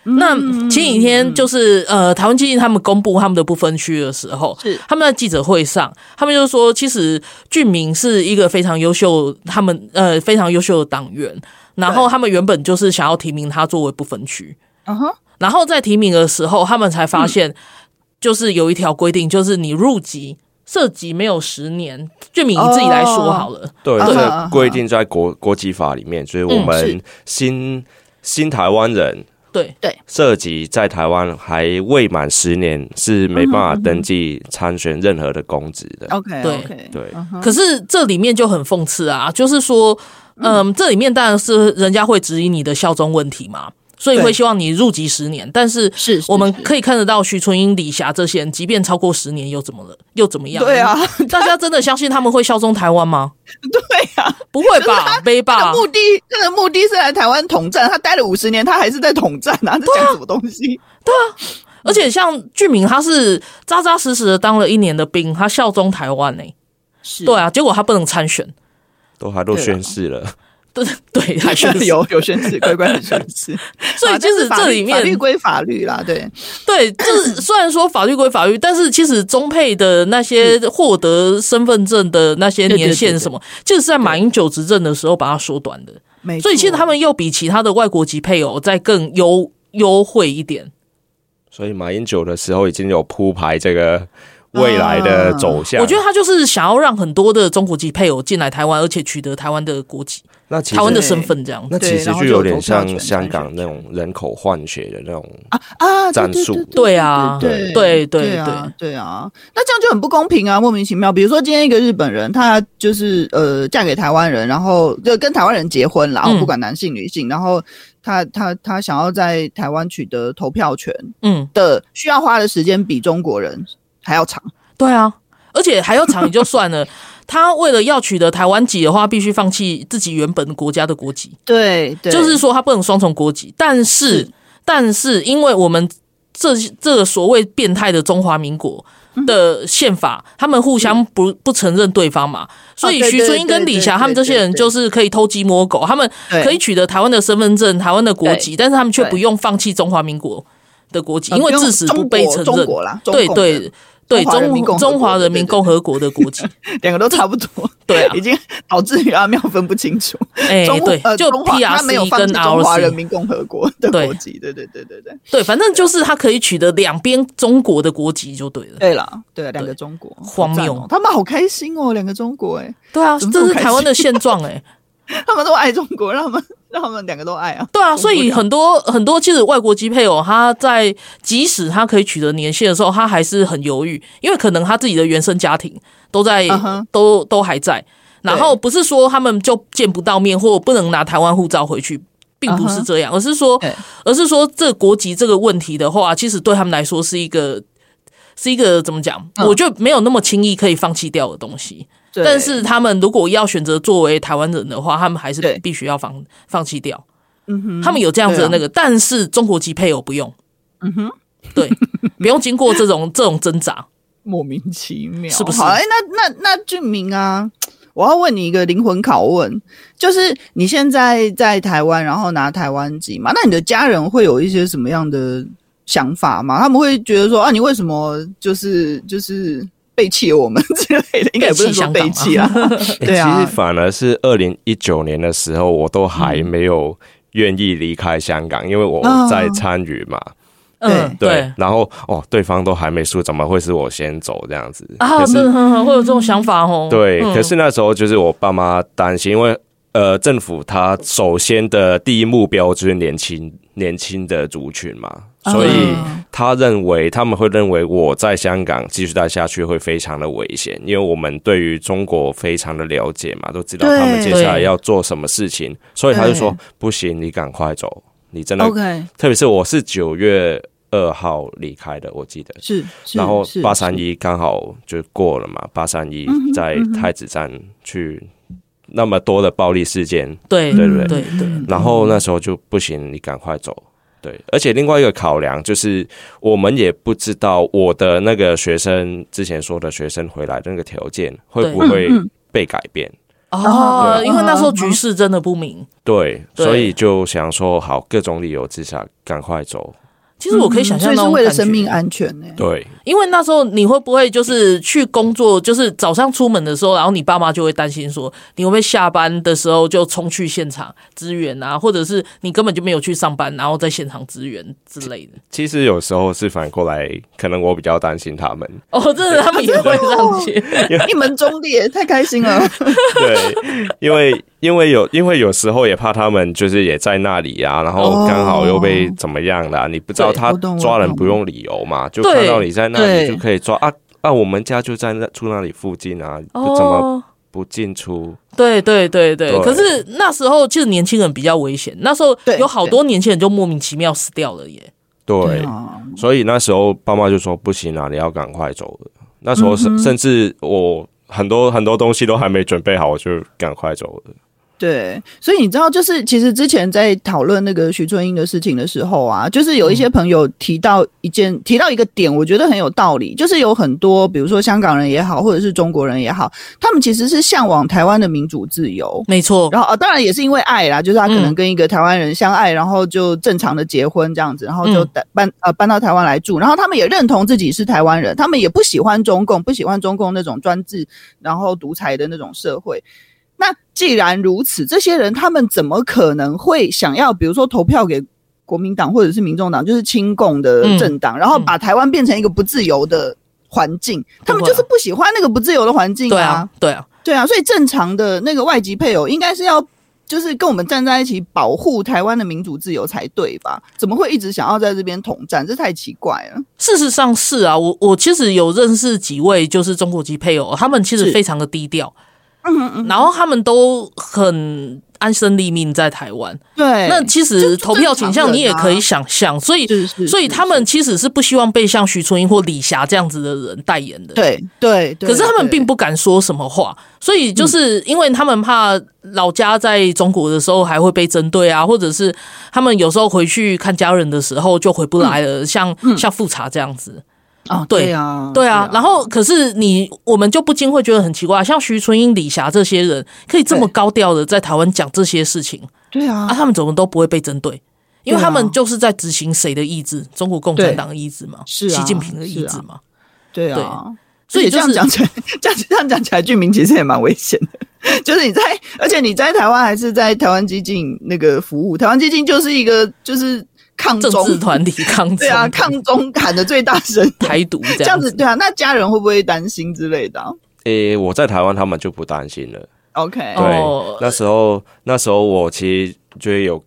S2: 嗯
S1: 那前几天就是呃，台湾基金他们公布他们的不分区的时候，
S2: 是
S1: 他们在记者会上，他们就说，其实俊明是一个非常优秀，他们呃非常优秀的党员，然后
S2: 对
S1: 他们原本就是想要提名他作为不分区，
S2: 嗯哼，
S1: 然后在提名的时候，他们才发 现，就是有一条规定，就是你入籍涉及没有十年，俊明你自己来说好了，
S3: 对，
S2: 啊
S3: 这
S2: 啊
S3: 个
S2: 啊
S3: 规定在国国籍法里面，所以我们新、新台湾人
S1: 嗯对
S3: 涉及在台湾还未满十年是没办
S2: 嗯
S3: 法登记参选任何的公职的。
S2: ，OK，
S1: 对
S2: OK，
S3: 对，
S1: 可是这里面就很讽刺啊，就是说，嗯，这里面当然是人家会质疑你的效忠问题嘛，所以
S2: 对
S1: 会希望你入籍十年。但是
S2: 是是
S1: 我们
S2: 是
S1: 可以看得到徐春英、李霞这些人，即便超过十年又怎么了？又怎么样？
S2: 对啊，
S1: 大家真的相信他们会效忠台湾吗？
S2: 对啊，
S1: 不会 吧，杯
S2: 他
S1: 吧
S2: 的？目的，他的目的是来台湾统战，他待了五十年，他还是在统战啊，在讲什么东西？
S1: 而且像俊明，他是扎扎实实的当了一年的兵，他效忠台湾呢、
S2: 是
S1: 对，啊，结果他不能参选，
S3: 都还都
S2: 对啊
S3: 宣誓了，
S1: 对 对，还宣誓。
S2: 有有宣誓，乖乖的宣誓，
S1: 所以
S2: 啊
S1: 就
S2: 但
S1: 是
S2: 是法
S1: 这
S2: 律
S1: 里
S2: 法律
S1: 面
S2: 归法律啦，对，
S1: 对， 就是虽然说法律归法律，但是其实中配的那些获得身份证的那些
S2: 对对
S1: 年
S2: 对
S1: 限
S2: 对
S1: 什么，就是在马英九执政的时候把它缩短的，
S2: 没错。
S1: 所以其实他们又比其他的外国籍配偶再更优优惠一点。
S3: 所以马英九的时候已经有铺排这个未来的
S2: 嗯
S3: 走向。
S1: 我觉得他就是想要让很多的中国籍配偶进来台湾，而且取得台湾的国籍、
S3: 那其
S1: 台湾的
S3: 实
S1: 身份这样
S3: 那
S1: 子。
S3: 其实
S2: 对然后
S3: 就
S2: 就
S3: 有
S2: 有
S3: 点
S2: 投票
S3: 像
S2: 权
S3: 香
S2: 参
S3: 港
S2: 选
S3: 那种人口换血的那种
S2: 啊，对
S3: 战术
S2: 对
S1: 对啊，
S2: 对
S1: 对
S2: 对
S1: 对
S2: 啊，对啊，那这样就很不公平啊，莫名其妙。比如说今天一个日本人，他就是呃嫁给台湾人，然后就跟台湾人结婚啦，
S1: 嗯
S2: 我不管男性女性，然后他他他想要在台湾取得投票权
S1: 嗯，
S2: 的，需要花的时间比中国人还要长。
S1: 对啊，而且还要抢也就算了， 他为了要取得台湾籍的话，必须放弃自己原本国家的国籍。
S2: 对，对
S1: 就是说他不能双重国籍，但是但是因为我们这这个所谓变态的中华民国。的宪法，他们互相不不承认对方嘛，所以
S2: 哦对
S1: 徐
S2: 对
S1: 春英跟
S2: 对
S1: 李
S2: 对
S1: 霞
S2: 对
S1: 他们这些人
S2: 对
S1: 就是可以偷鸡摸狗，他们
S2: 对
S1: 可以取得台湾的身份证、台湾的国籍，但是他们却
S2: 对
S1: 不用放弃中华民国的国籍，
S2: 呃
S1: 因为
S2: 不用
S1: 致死
S2: 中
S1: 不被
S2: 国
S1: 承
S2: 中
S1: 认。
S2: 国啦，中
S1: 对
S2: 共
S1: 对
S2: 的
S1: 对，
S2: 中华人民共
S1: 中
S2: 和
S1: 中华
S2: 国
S1: 人民
S2: 对对
S1: 共和国的国籍，
S2: 两个都差不多，
S1: 对啊
S2: 已经导致于阿妙分不清楚。
S1: 哎，
S2: 中
S1: 对
S2: 呃，
S1: 就
S2: 中华
S1: P R
S2: 他
S1: C
S2: 没有放
S1: 跟
S2: 弃
S1: R
S2: 中华
S1: C
S2: 人民共和国的
S1: 对
S2: 国籍，对对对对对。
S1: 对，反正就是他可以取得两边中国的国籍就对了。
S2: 对啦，对，两个中国，
S1: 荒
S2: 好赞
S1: 谬
S2: 哦他们好开心哦，两个中国哎，
S1: 对啊，
S2: 怎么
S1: 这
S2: 这
S1: 是
S2: 么开
S1: 台湾的现状哎、
S2: 他们都爱中国，让他们 让他们两个都爱啊。
S1: 对啊，所以很多很多其实外国籍配偶，哦他在即使他可以取得年限的时候，他还是很犹豫，因为可能他自己的原生家庭都在、
S2: 嗯哼
S1: 都都还在，然后不是说他们就见不到面或不能拿台湾护照回去。并不是这样，而是说
S2: 对，
S1: 而是说这国籍这个问题的话，其实对他们来说是一个，是一个怎么讲？
S2: 嗯
S1: 我觉得没有那么轻易可以放弃掉的东西。
S2: 对
S1: 但是他们如果要选择作为台湾人的话，他们还是
S2: 对
S1: 必须要放放弃掉。
S2: 嗯哼
S1: 他们有这样子的那
S2: 对啊
S1: 个，但是中国籍配偶不用，
S2: 嗯哼。
S1: 对， 不用经过这种这种挣扎。
S2: 莫名其妙，
S1: 是不是
S2: 好，哎、那那那俊明啊，我要问你一个灵魂拷问，就是你现在在台湾，然后拿台湾籍嘛，那你的家人会有一些什么样的想法吗？他们会觉得说啊，你为什么就是就是背弃我们之类的？应该也不是说背 弃啊，
S3: 欸
S2: 对
S3: 其
S2: 啊
S3: 实，反而是二零一九年的时候，我都还没有愿意离开香港，因为我在参与嘛。
S1: 嗯，
S3: 对，
S1: 对
S3: 然后哦，对方都还没输，怎么会是我先走这样子？
S1: 啊，
S3: 可
S1: 真的
S3: 是
S1: 很很会有这种想法哦。
S3: 对，
S1: 嗯
S3: 可是那时候就是我爸妈担心，因为呃，政府它首先的第一目标就是年轻年轻的族群嘛，所以他认为他们会认为我在香港继续待下去会非常的危险，因为我们对于中国非常的了解嘛，都知道
S2: 对
S3: 他们接下来要做什么事情，所以他就说不行，你赶快走，你真的，
S2: OK，
S3: 特别是我是九月二号离开的，我记得，
S2: 是，是
S3: 然后
S2: 是嗯
S3: 八三一刚好就过了嘛，八三一在太子站去那么多的暴力事
S2: 嗯
S3: 件，
S1: 对
S3: 对
S1: 对
S3: 对
S1: 对对，
S3: 然后那时候就不行，你赶快走。对，而且另外一个考量就是，我们也不知道我的那个学生之前说的学生回来的那个条件会不会
S2: 嗯
S3: 被改变。
S1: 哦，
S2: 对
S1: 因为那时候局势真的不明。
S3: 对，
S1: 对
S3: 所以就想说好，各种理由之下赶快走。
S1: 其实我可以想象
S2: 嗯
S1: 那种
S2: 所以是为了
S1: 感觉
S2: 生命安全呢、
S3: 对，
S1: 因为那时候你会不会就是去工作，就是早上出门的时候，然后你爸妈就会担心说，你会不会下班的时候就冲去现场支援啊，或者是你根本就没有去上班，然后在现场支援之类的。
S3: 其实有时候是反过来，可能我比较担心他们。
S1: 哦，真的，他们也会上去。
S2: 一门忠烈，太开 心了。
S3: 对，因为因为有因为有时候也怕他们就是也在那里啊，然后刚好又被怎么样啦、你不知道
S1: 对
S3: 他
S2: 哦我懂我
S3: 抓人
S2: 懂
S3: 不用理由嘛，就
S1: 对
S3: 看到你在那
S2: 对
S3: 里就可以抓啊啊，我们家就在那住那里附近啊，不怎么
S1: 哦，
S3: 不进出？
S1: 对对对对。
S3: 对
S1: 可是那时候其实年轻人比较危险，那时候
S2: 对
S1: 有好多年轻人就莫名其妙死掉了耶。
S3: 对，
S2: 啊
S3: 所以那时候爸妈就说不行啊，你要赶快走了。那时候
S2: 嗯
S3: 甚甚至我很多很多东西都还没准备好，我就赶快走了。
S2: 对，所以你知道，就是其实之前在讨论那个徐春英的事情的时候啊，就是有一些朋友提到一件、提到一个点，我觉得很有道理，就是有很多比如说香港人也好，或者是中国人也好，他们其实是向往台湾的民主自由。
S1: 没错，
S2: 然后啊，当然也是因为爱啦，就是他可能
S1: 嗯
S2: 跟一个台湾人相爱，然后就正常的结婚这样子，然后
S1: 嗯
S2: 就搬、搬呃搬到台湾来住，然后他们也认同自己是台湾人，他们也不喜欢中共，不喜欢中共那种专制然后独裁的那种社会。那既然如此，这些人他们怎么可能会想要，比如说投票给国民党或者是民众党，就是亲共的
S1: 嗯
S2: 政党，然后把台湾变成一个不自由的环境？他们
S1: 不会
S2: 就
S1: 啊
S2: 是不喜欢那个不自由的环境
S1: 对啊，对啊，
S2: 对啊，所以正常的那个外籍配偶应该是要就是跟我们站在一起保护台湾的民主自由才对吧？怎么会一直想要在这边统战？这太奇怪了。
S1: 事实上是啊，我我其实有认识几位就是中国籍配偶，他们其实
S2: 是
S1: 非常的低调，
S2: 嗯嗯，
S1: 然后他们都很安身立命在台湾。
S2: 对，
S1: 那其实
S2: 这
S1: 投票倾向你也可以想象，所以
S2: 哎是是，
S1: 所以他们其实是不希望被像徐春英或李霞这样子的人代言的。
S2: 对对对，嗯
S1: 可是他们
S2: 对
S1: 并不敢说什么话，所以就是因为他们怕老家在中国的时候还会被针对啊，或者是他们有时候回去看家人的时候就回不来
S2: 嗯
S1: 了，像像复查这样子。
S2: 啊，
S1: 对
S2: 对啊，
S1: 对啊，然后可是你我们就不禁会觉得很奇怪，像徐春英、李霞这些人，可以这么
S2: 对
S1: 高调的在台湾讲这些事情
S2: 对
S1: 啊，
S2: 啊，
S1: 他们怎么都不会被针对？因为
S2: 对啊
S1: 他们就是在执行谁的意志？中国共产党的意志嘛，
S2: 是啊
S1: 习近平的意
S2: 是
S1: 志
S2: 啊
S1: 嘛。
S2: 对啊。
S1: 所以
S2: 而且这
S1: 就
S2: 样
S1: 是
S2: 讲起来，这样这样讲起来，俊明其实也蛮危险的。 就是你在，而且你在台湾还是在台湾基金那个服务，台湾基金就是一个就是抗
S1: 政治
S2: 中
S1: 团体抗中
S2: 对啊，抗中喊的最大声，
S1: 台独这
S2: 这样
S1: 样
S2: 子
S1: 子。
S2: 对啊，那家人会不会担心之类的啊、
S3: 诶、我在台湾，他们就不担心了。
S2: OK，
S3: 对，
S1: 哦
S3: 那时候那时候我其实就是有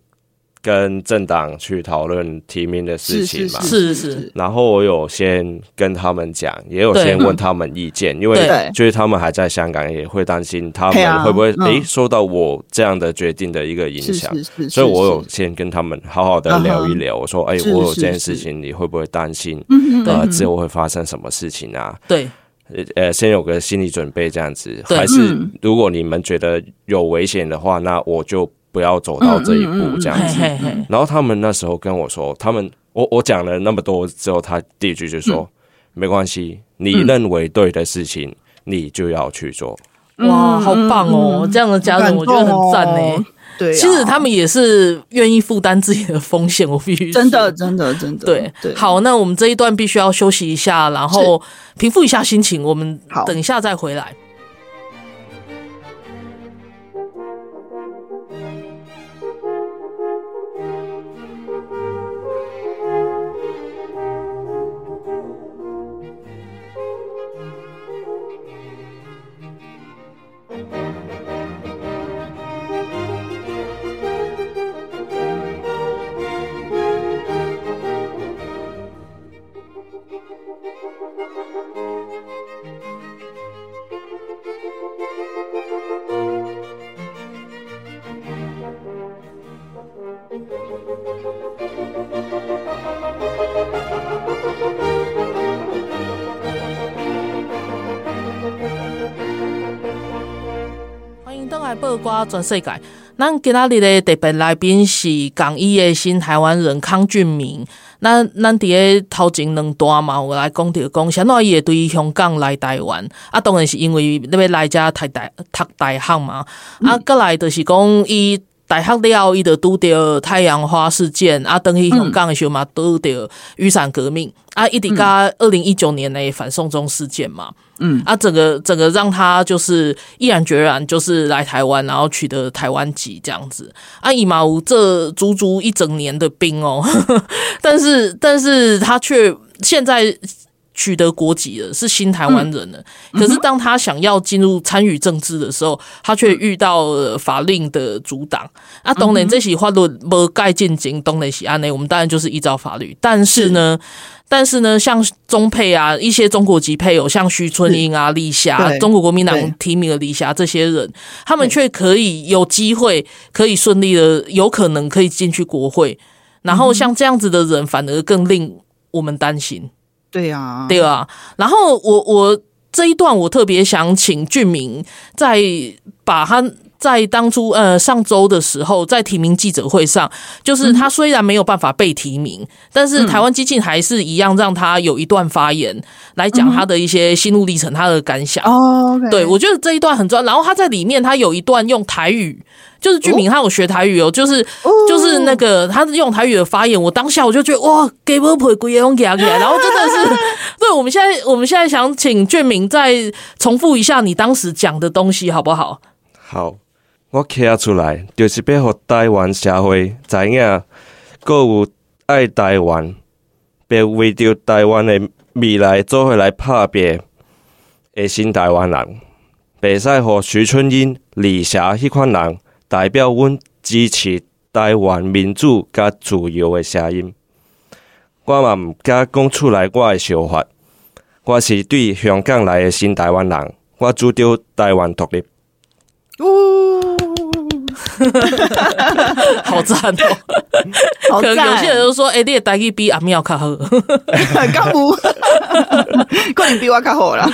S3: 跟政党去讨论提名的
S2: 是
S3: 事情
S2: 是
S3: 嘛。
S1: 是是
S2: 是，
S3: 然后我有先跟他们讲，也有
S1: 对
S3: 先问他们意见，因为
S2: 对
S3: 就是他们还在香港，也会担心他
S2: 对啊
S3: 们会不会
S2: 嗯
S3: 诶受到我这样的决定的一个影
S2: 是
S3: 响。
S2: 是是，
S3: 所以我有
S2: 是嗯
S3: 先跟他们好好的聊一聊，我说，哎、
S2: 是
S3: 我有
S2: 是
S3: 这件
S2: 是
S3: 事情，你会不会担心？
S2: 嗯
S3: 呃，
S1: 对
S3: 之后会发生什么事情啊？
S1: 对
S3: 呃呃，先有个心理准备，这样子。
S1: 对
S3: 还是
S2: 嗯
S3: 如果你们觉得有危险的话，那我就不要走到这一步，这样
S1: 嗯嘿
S2: 嗯
S3: 子。
S1: 嘿嘿，
S3: 然后他们那时候跟我说，他们我我讲了那么多之后，他第一句就
S1: 嗯
S3: 说：“没关系，你认为对的事情，你就要去做。
S1: 哇，好棒哦！这样的家人我觉得很赞
S2: 嗯感动
S1: 呢
S2: 哦。对啊，
S1: 其实他们也是愿意负担自己的风险，我必须
S2: 真的
S1: 说
S2: 真的真的
S1: 对
S2: 对，
S1: 好，那我们这一段必须要休息一下，然后平复一下心情，我们
S2: 好
S1: 等一下再回来。欢迎登来报瓜全世界。咱今仔日的特别来宾是港医的新台湾人康俊明。咱咱伫咧头前两段嘛，有来讲着讲，啥怎伊会对香港来台湾？啊，当然是因为要来遮读大读大学嘛。啊，过来就是讲伊。大学了后，伊就拄着太阳花事件，啊，等去香港的时候嘛，拄着雨伞革命，啊，一直甲二零一九年的反送中事件嘛，啊，整个整个让他就是毅然决然就是来台湾，然后取得台湾籍这样子。啊，姨妈无这足足一整年的兵哦， 但是但是他却现在。取得国籍了，是新台湾人了。可是当他想要进入参与政治的时候，他却遇到了法令的阻挡。啊，当然这些法律无盖进前，当然是安内，我们当然就是依照法律。但是呢，但是呢，像中配啊，一些中国籍配偶，像徐春英啊、李霞，
S2: 对
S1: 中国国民党
S2: 对
S1: 提名的李霞这些人，他们却可以有机会，可以顺利的，有可能可以进去国会。然后像这样子的人，反而更令我们担心，
S2: 对啊，
S1: 对啊。然后我我这一段我特别想请俊明再把他。在当初呃上周的时候，在提名记者会上，就是他虽然没有办法被提名，但是台湾激进还是一样让他有一段发言来讲他的一些心路历程、他的感想。
S2: 哦，OK，
S1: 对，我觉得这一段很重要。然后他在里面，他有一段用台语，就是剧名他有学台语哦，就是、就是那个他用台语的发言，我当下我就觉得哇，给不赔鬼用给啊给啊，然后真的是，对，我们现在我们现在想请俊明再重复一下你当时讲的东西好不好？
S3: 好，我站出来就是要互台湾社会知影，各有爱台湾，别为着台湾的未来做伙来拍拼的新台湾人，袂使互徐春英、李霞迄款人代表阮支持台湾民主甲自由的声音。我嘛毋敢讲出来我的想法，我是对香港来的新台湾人，我主张台湾独立。
S1: 好赞哦！
S2: 好
S1: 可能
S2: 赞，
S1: 有些 人就说，哎、你的台语比阿妙卡好。
S2: 干不，过年比我较好啦。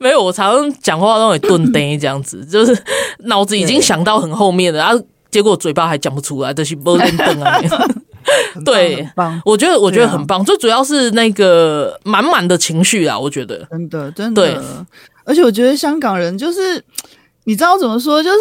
S1: 没有，我常常讲话都会顿呆这样子，就是脑子已经想到很后面了，然后、结果嘴巴还讲不出来，就是不认瞪 啊。 对
S2: 很，棒，
S1: 我觉得我觉得
S2: 对啊
S1: 很棒，最主要是那个满满的情绪啊，我觉得
S2: 真的真
S1: 对
S2: 的。而且我觉得香港人就是，你知道怎么说？就是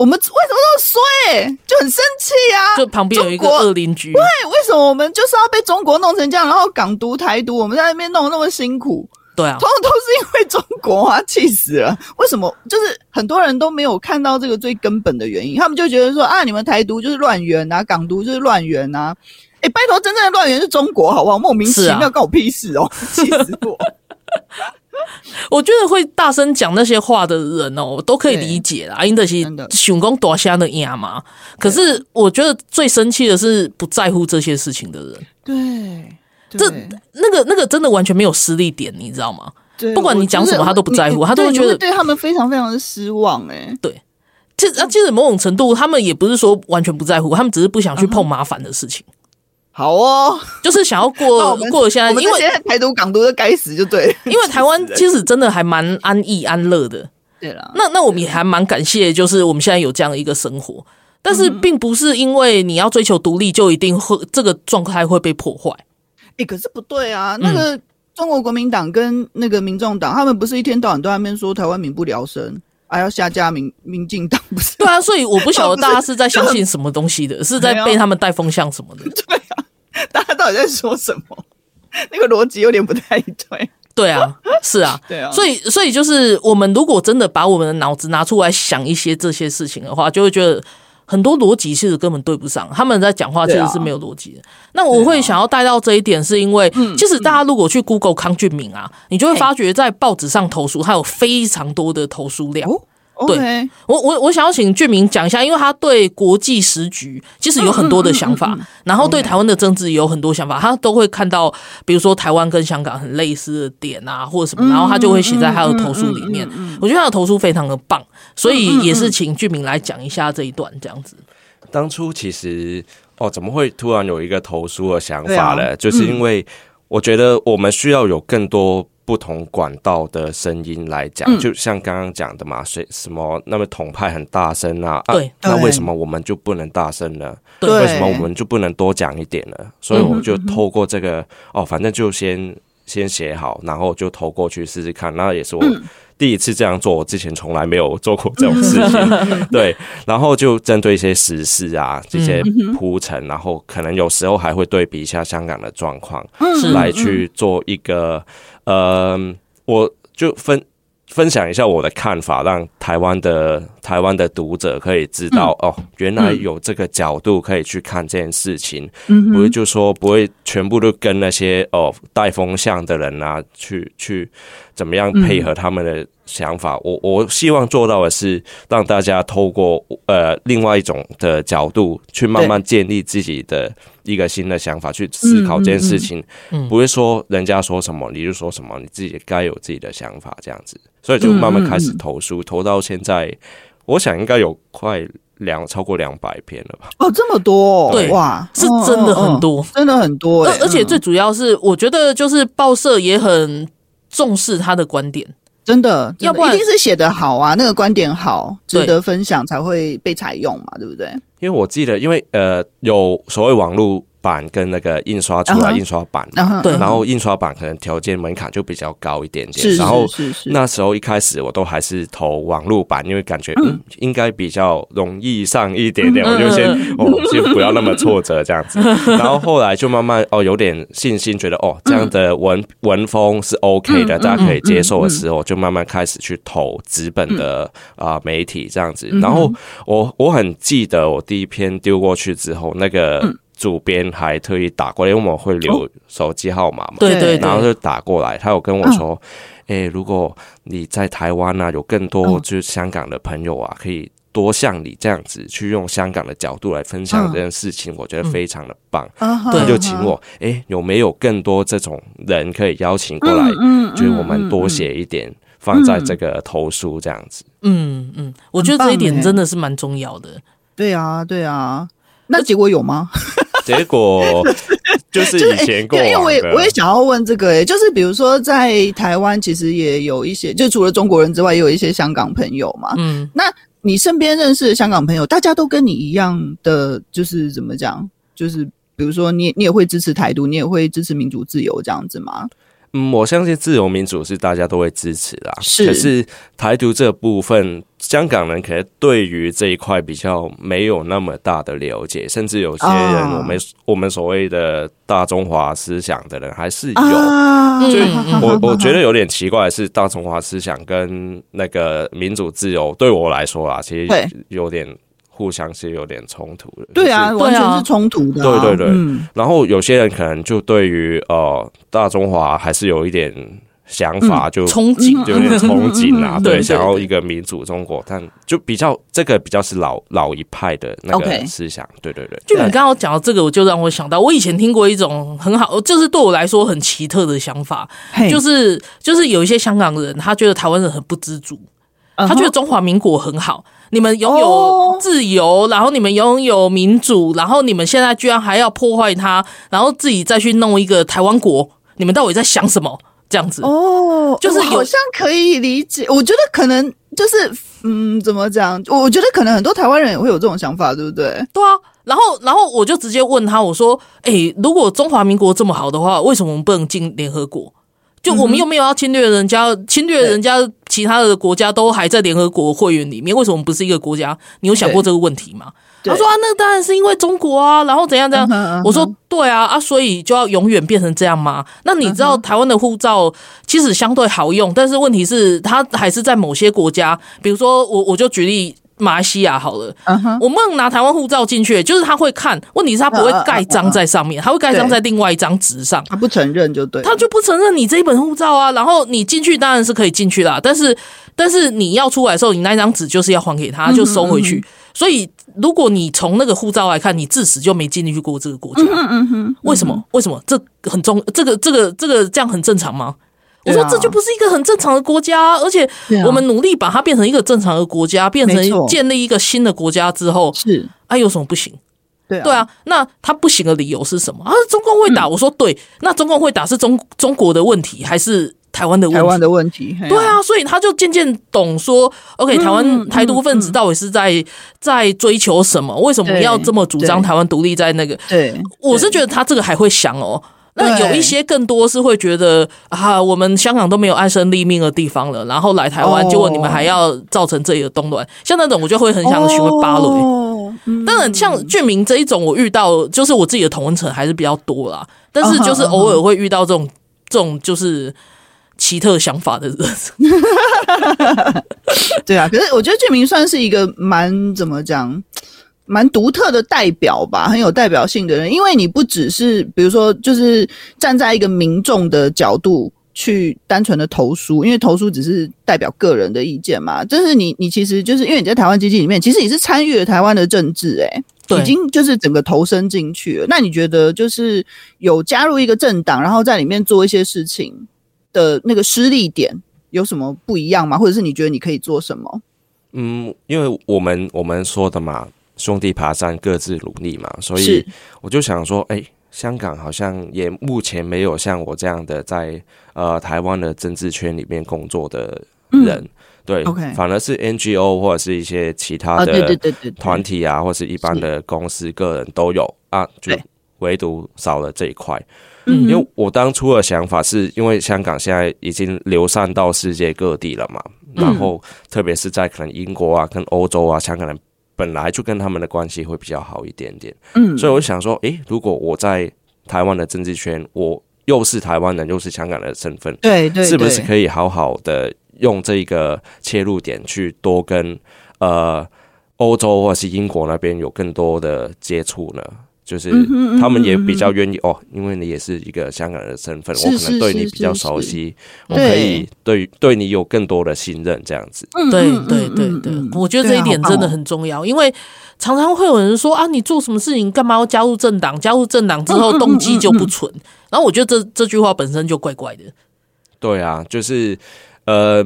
S2: 我们为什么那么衰、欸就很生气啊！
S1: 就旁边有一个
S2: 中国
S1: 恶邻居，
S2: 哎对，为什么我们就是要被中国弄成这样？然后港独、台独，我们在那边弄得那么辛苦，
S1: 对啊
S2: 通，通都是因为中国啊，气死了！为什么？就是很多人都没有看到这个最根本的原因，他们就觉得说啊，你们台独就是乱源啊，港独就是乱源啊。哎、拜托，真正的乱源是中国，好不好？莫名其
S1: 是啊
S2: 妙，关我屁事哦，气死我！
S1: 我觉得会大声讲那些话的人哦，我都可以理解啦，因为是
S2: 真的啊
S1: 想讲多虾的牙啊嘛。可是我觉得最生气的是不在乎这些事情的人，
S2: 对，
S1: 这
S2: 对
S1: 那个那个真的完全没有失力点，你知道吗？
S2: 对
S1: 不管
S2: 我
S1: 你讲
S2: 就是
S1: 什么他都不在乎
S2: 你
S1: 他都
S2: 对
S1: 会
S2: 你
S1: 觉得
S2: 对他们非常非常的失望哎、
S1: 其实，啊，其实某种程度，他们也不是说完全不在乎，他们只是不想去碰麻烦的事情，
S2: 好哦，
S1: 就是想要
S2: 那
S1: 过
S2: 嗯哦我们
S1: 过现在，
S2: 我们
S1: 因
S2: 这
S1: 为
S2: 些台独港独的该 死就对了，
S1: 因为台湾其实真的还蛮安逸安乐的。
S2: 对了，
S1: 那那我们也还蛮感谢，就是我们现在有这样一个生活，但是并不是因为你要追求独立就一定会这个状态会被破坏。
S2: 哎、可是不对啊，
S1: 嗯
S2: 那个中国国民党跟那个民众党，他们不是一天到晚都在那边说台湾民不聊生，还、要下架民民进党，不是？
S1: 对啊，所以我不晓
S2: 不
S1: 得
S2: 是
S1: 大家是在相信什么东西的，是在
S2: 没有
S1: 被他们带风向什么的。
S2: 大家到底在说什么？ 那个逻辑有点不太对。
S1: 对啊，是啊，
S2: 对啊
S1: 所以，所以就是我们如果真的把我们的脑子拿出来想一些这些事情的话，就会觉得很多逻辑其实根本对不上，他们在讲话其
S2: 对啊
S1: 实是没有逻辑的。那我会想要带到这一点，是因为
S2: 啊
S1: 其实大家如果去 Google 康俊明啊，你就会发觉在报纸上投书，他有非常多的投书量。
S2: 哦 OK，
S1: 我我我想要请俊明讲一下，因为他对国际时局其实有很
S2: 嗯
S1: 多的想法，然后
S2: 哦
S1: 对台湾的政治也有很多想法，他都会看到，比如说台湾跟香港很类似的点啊，或者什么，然后他就会写在他
S2: 嗯
S1: 的投书里面。我觉得他的投书非常的棒，所
S2: 嗯
S1: 以也是请俊明来讲一下这一段这样子。
S3: 当初其实哦，怎么会突然有一个投书的想
S2: 对啊
S3: 法呢？就是因为我觉得我们需要有更多不同管道的声音来讲，就像刚刚讲的嘛，谁什么那么统派很大声啊，啊
S1: 对
S3: 那
S2: 对
S3: 为什么我们就不能大声呢？
S1: 对
S3: 为什么我们就不能多讲一点呢？所以我就透过这个哦，反正就先先写好，然后就投过去试试看。那也是我第一次这样做，我之前从来没有做过这种事情。对，然后就针对一些时事啊，这些铺陈，然后可能有时候还会对比一下香港的状况，
S2: 嗯
S1: 是
S3: 来去做一个呃，我就分。分享一下我的看法，让台湾的台湾的读者可以知道、哦，原来有这个角度可以去看这件事情，不会就说不会全部都跟那些哦带风向的人啊去去怎么样配合他们的想法。我我希望做到的是让大家透过呃另外一种的角度去慢慢建立自己的一个新的想法，去思考这件事情，
S2: 嗯
S3: 不会说人家说什么你就说什么，你自己该有自己的想法这样子。所以就慢慢开始投
S2: 嗯
S3: 书，投到现在，我想应该有快两超过两百篇了吧。
S2: 哦，这么多哦，
S1: 对
S2: 哇，
S1: 是
S2: 哦
S1: 真的很多
S2: 哦哦真的很多
S1: 而
S2: 哎，
S1: 而且
S2: 嗯
S1: 最主要是，我觉得就是报社也很重视他的观点。
S2: 真的，
S1: 要
S2: 要
S1: 不
S2: 不
S1: 然
S2: 一定是写的好啊，那个观点好，
S1: 对
S2: 值得分享才会被采用嘛，对不对？
S3: 因为我记得，因为呃，有所谓网络版跟那个印刷出来
S2: 嗯哼
S3: 印刷版嘛
S2: 然后
S1: 对
S3: 然后印刷版可能条件门槛就比较高一点点。
S2: 是
S3: 然后
S2: 是是是，
S3: 那时候一开始我都还是投网络版，因为感觉嗯应该比较容易上一点点，
S1: 嗯
S3: 我就先
S1: 嗯
S3: 哦先不要那么挫折这样 子。然后后来就慢慢哦有点信心，觉得哦这样
S1: 嗯
S3: 的文文风是 OK 的，大家可以接受的
S1: 嗯
S3: 时候，就慢慢开始去投纸本的啊媒体这样子。
S1: 嗯
S3: 然后我我很记得我第一篇丢过去之后，那
S1: 嗯
S3: 个主编还特意打过来，因为我们会
S1: 哦
S3: 留手机号码嘛。
S1: 对对
S2: 对嗯
S3: 然后
S1: 对，
S3: 就打过来，他有跟我说，诶，如果你在台湾啊，有更
S2: 嗯
S3: 多就是香港的朋友啊，可以多像你这样子去用香港的角度来分
S2: 嗯
S3: 享这件事情，我觉得非常的棒。
S2: 啊
S1: 对
S3: 他就请我，诶，有没有更多这种人可以邀请过
S2: 嗯
S3: 来，就是我们多写一点。放在这个投书这样子，
S1: 嗯嗯，我觉得
S2: 很棒
S1: 这一点
S2: 欸
S1: 真的是蛮重要的。
S2: 对啊，对啊。那结果有吗？
S3: 结 果就是
S2: 就是
S3: 以前过
S2: 对，因为
S3: 往
S2: 我也
S3: 的
S2: 我也想要问这个、诶，就是比如说在台湾，其实也有一些，就除了中国人之外，也有一些香港朋友嘛。
S1: 嗯，
S2: 那你身边认识的香港朋友，大家都跟你一样的，就是怎么讲，就是比如说你你也会支持台独，你也会支持民主自由这样子吗？
S3: 嗯，我相信自由民主是大家都会支持啦。
S2: 是
S3: 可是台独这部分，香港人可能对于这一块比较没有那么大的了解，甚至有些人，
S2: 啊
S3: 我们、我们所谓的大中华思想的人还是有。
S2: 啊，
S3: 所以
S1: 嗯
S3: 我我觉得有点奇怪的是，大中华思想跟那个民主自由对我来说啊，其
S2: 对
S3: 实有点互相是有点冲突的。
S2: 对
S3: 就是
S2: 啊，完全是冲突的、啊。
S3: 对对对
S2: 嗯，
S3: 然后有些人可能就对于呃大中华还是有一点想法就
S1: 憧憬
S3: 就有点憧憬啊，
S1: 对
S3: 对，
S1: 对
S3: 想要一个民主中国，但就比较这个比较是老老一派的那
S2: OK
S3: 个思想，对对对。
S1: 就你刚刚讲到这个，我就让我想到，我以前听过一种很好，就是对我来说很奇特的想法，
S2: 嘿
S1: 就是就是有一些香港人，他觉得台湾人很不知足，他觉得中华民国很好，你们拥有
S2: 嗯哦
S1: 自由，然后你们拥有民主，然后你们现在居然还要破坏它，然后自己再去弄一个台湾国，你们到底在想什么？这样子，
S2: 哦，
S1: 就是
S2: 我
S1: 有
S2: 好像可以理解。我觉得可能就是，嗯，怎么讲？我我觉得可能很多台湾人也会有这种想法，对不对？
S1: 对啊，然后然后我就直接问他，我说：“哎、如果中华民国这么好的话，为什么我们不能进联合国？
S2: 嗯
S1: 就我们又没有要侵略人家，侵略人家其他的国家都还在联合国会员里面，为什么我们不是一个国家？你有想过这个问题吗？”
S2: 对
S1: 他说：“啊，那当然是因为中国啊，然后怎样怎样。
S2: 嗯哼嗯哼
S1: 我说：“对啊，啊，所以就要永远变成这样吗？那你知道
S2: 嗯
S1: 台湾的护照其实相对好用，但是问题是它还是在某些国家，比如说我我就举例马来西亚好了，
S2: 嗯哼，嗯
S1: 我们拿台湾护照进去，就是他会看，问题是他不会盖章在上面，他会盖章在另外一张纸上，
S2: 他不承认就对了，
S1: 他就不承认你这一本护照啊。然后你进去当然是可以进去啦，但是但是你要出来的时候，你那一张纸就是要还给
S2: 嗯
S1: 他，就收回去。所以如果你从那个护照来看，你自始就没进去过这个国家。
S2: 嗯哼，
S1: 为什么？为什么？这很重，这个这个这个这样很正常吗？我
S2: 对啊
S1: 说这就不是一个很正常的国家啊、而且
S2: 对啊
S1: 我们努力把它变成一个正常的国家，变
S2: 没
S1: 成
S2: 错
S1: 建立一个新的国家之后，
S2: 是
S1: 哎、有什么不行？
S2: 对啊，嗯
S1: 对啊，那他不行的理由是什么？啊，中共会打。我说对，那中共会打是中中国的问题还是台湾的问
S2: 台湾
S1: 题？
S2: 的问题，嘿
S1: 对，啊，所以他就渐渐懂说，OK，台
S2: 嗯
S1: 湾台独分子到底是在、在追求什么？为什么
S2: 对
S1: 要这么主张
S2: 对
S1: 台湾独立？在那个，
S2: 对，
S1: 我是觉得他这个还会想哦。那
S2: 对
S1: 有一些更多是会觉得啊，我们香港都没有安身立命的地方了，然后来台湾，
S2: 哦
S1: 结果你们还要造成这里的动乱，像那种我就会很想询问欸八楼。
S2: 哦嗯
S1: 当然，像俊明这一种，我遇到就是我自己的同温层还是比较多啦，但是就是
S2: 嗯
S1: 偶尔会遇到这种这种就是奇特想法的人，
S2: 对啊，可是我觉得俊明算是一个蛮怎么讲，蛮独特的代表吧，很有代表性的人，因为你不只是比如说，就是站在一个民众的角度。去单纯的投书，因为投书只是代表个人的意见嘛。就是你，你其实就是因为你在台湾经济里面，其实你是参与了台湾的政治、欸，
S1: 对
S2: 已经就是整个投身进去了。那你觉得就是有加入一个政党，然后在里面做一些事情的那个失利点有什么不一样吗？或者是你觉得你可以做什么？
S3: 嗯，因为我们我们说的嘛，兄弟爬山各自努力嘛，所以
S2: 是
S3: 我就想说，哎、香港好像也目前没有像我这样的在呃台湾的政治圈里面工作的人，对
S2: 嗯 OK
S3: 反而是 NGO 或者是一些其他
S2: 啊，
S3: 的
S2: 对对对对，对
S3: 团体啊，或是一般的公司、个人都有啊，就
S2: 嗯对
S3: 唯独少了这一块。
S2: 嗯哼
S3: 因为我当初的想法是因为香港现在已经流散到世界各地了嘛，
S2: 嗯
S3: 然后特别是在可能英国啊、跟欧洲啊，香港人本来就跟他们的关系会比较好一点点，
S2: 嗯，
S3: 所以我就想说，诶，如果我在台湾的政治圈，我又是台湾人，又是香港人的身份，
S2: 对对，
S3: 是不是
S2: 以？
S3: 可以好好的用这个切入点去多跟呃欧洲或者是英国那边有更多的接触呢？就是
S2: 嗯哼嗯哼
S3: 他们也比较愿意哦，因为你也是一个香港人的身份，
S2: 是
S3: 我可
S2: 是
S3: 能对
S2: 是
S3: 你比较
S2: 是
S3: 熟
S2: 是
S3: 悉，我
S2: 对
S3: 可以对对你有更多的信任，这样子。
S2: 嗯
S1: 对
S2: 嗯
S1: 对
S2: 嗯
S1: 对
S2: 嗯
S1: 对
S2: 嗯，
S1: 我觉得这一点真的很重要，因为常常会有人说啊，你做什么事情干嘛要加入政党？加入政党之后
S2: 嗯嗯嗯嗯
S1: 动机就不纯，然后我觉得这这句话本身就怪怪的，
S3: 对啊，就是呃，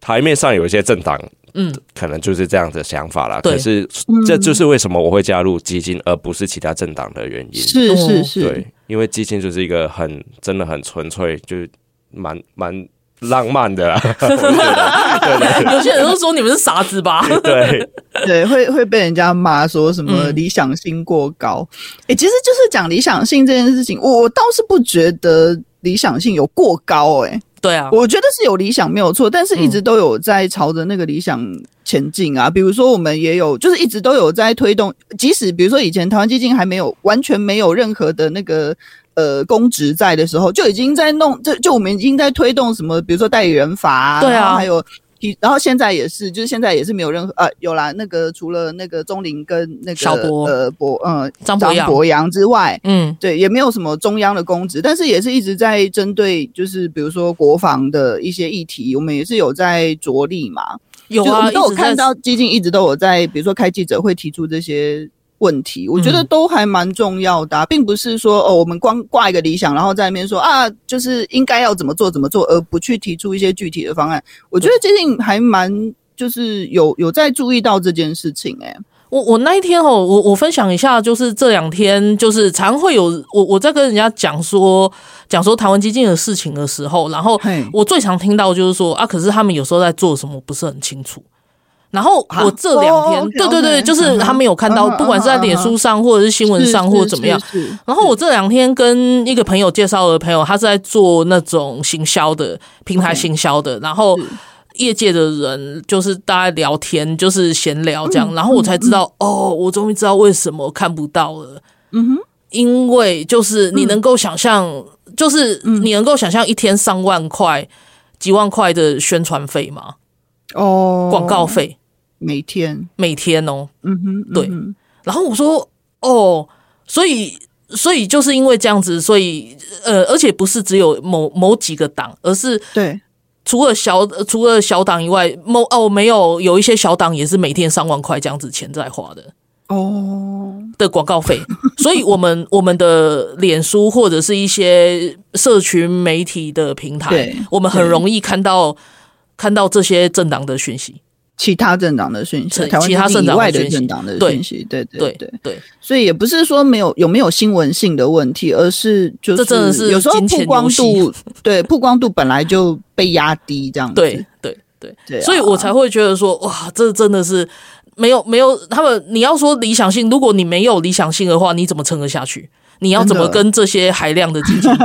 S3: 台面上有一些政党，
S1: 嗯，
S3: 可能就是这样的想法啦。
S1: 对
S3: 可是
S2: 嗯
S3: 这就是为什么我会加入基金，而不是其他政党的原因。
S2: 是
S1: 哦
S2: 是是，
S3: 对，因为激情就是一个很真的很纯粹，就是蛮蛮浪漫的啊啦。
S1: 有些人都说你们是傻子吧？
S3: 对，
S2: 对，会会被人家骂说什么
S1: 嗯
S2: 理想性过高。诶，其实就是讲理想性这件事情，我我倒是不觉得理想性有过高、诶，
S1: 对啊，
S2: 我觉得是有理想没有错，但是一直都有在朝着那个理想前进
S1: 嗯
S2: 啊。比如说，我们也有就是一直都有在推动，即使比如说以前台湾基金还没有完全没有任何的那个。呃，公职在的时候就已经在弄，就就我们已经在推动什么，比如说代理人法啊，
S1: 对啊
S2: 然后还有体然后现在也是，就是现在也是没有任何呃，有啦，那个除了那个钟林跟那个
S1: 小博
S2: 呃博呃
S1: 张博
S2: 张
S1: 洋
S2: 博洋之外，
S1: 嗯
S2: 对，也没有什么中央的公职，但是也是一直在针对，就是比如说国防的一些议题，我们也是有在着力嘛。
S1: 有
S2: 就是我
S1: 啊，
S2: 们都
S1: 一
S2: 有
S1: 直在
S2: 看到基金一直都有在，比如说开记者会提出这些问题，我觉得
S1: 嗯
S2: 都还蛮重要的啊、并不是说哦，我们光挂一个理想，然后在那边说啊，就是应该要怎么做怎么做，而不去提出一些具体的方案。我觉得最近还蛮就是有有在注意到这件事情、欸，哎，
S1: 我我那一天哦，我我分享一下，就是这两天就是常会有我我在跟人家讲说讲说台湾基金的事情的时候，然后
S2: 嘿
S1: 我最常听到就是说啊，可是他们有时候在做什么不是很清楚。然后
S2: 啊
S1: 我这两天，
S2: 哦，OK，
S1: 对对对，
S2: OK，
S1: 就是
S2: 嗯哼
S1: 他们有看到
S2: 嗯，哼
S1: 不管是在
S2: 嗯哼
S1: 脸书上或者是新闻上或者怎么样，
S2: 是是是
S1: 然后我这两天跟一个朋友介绍的朋友，他是在做那种行销的平台行销
S2: 嗯
S1: 的，然后业界的人就是大家聊天，就是闲聊这样，
S2: 嗯
S1: 然后我才知道，哦，我终于知道为什么看不到了，
S2: 嗯哼，嗯
S1: 因为就是你能够想象，就是你能够想象一天上万块、几万块的宣传费嘛，
S2: 哦，
S1: 广告费
S2: 每天，
S1: 每天哦，
S2: 嗯哼，嗯
S1: 对
S2: 哼
S1: 然后我说哦，所以所以就是因为这样子，所以呃，而且不是只有某某几个党，而是
S2: 对，
S1: 除了小呃除了小党以外，某哦没有有一些小党也是每天上万块这样子钱在花的
S2: 哦，
S1: 的广告 费，所以我们我们的脸书或者是一些社群媒体的平台
S2: 对，
S1: 我们很
S2: 对
S1: 容易看到看到这些政党的讯息，
S2: 其他政党的讯息，
S1: 是
S2: 台湾
S1: 其他
S2: 自
S1: 政
S2: 己
S1: 党的
S2: 以外的
S1: 讯息
S2: 政党的
S1: 对
S2: 讯息，对对
S1: 对
S2: 对。
S1: 对
S2: 所以也不是说没有有没有新闻性的问题，而是就是
S1: 这真的是
S2: 有时候
S1: 金钱
S2: 曝光
S1: 游戏
S2: 度 对曝光度本来就被压低这样子，
S1: 对对对。
S2: 对啊、
S1: 所以我才会觉得说，哇，这真的是没有没有他们。你要说理想性，如果你没有理想性的话，你怎么撑得下去？你要怎么
S2: 真的
S1: 跟这些海量的基金 比？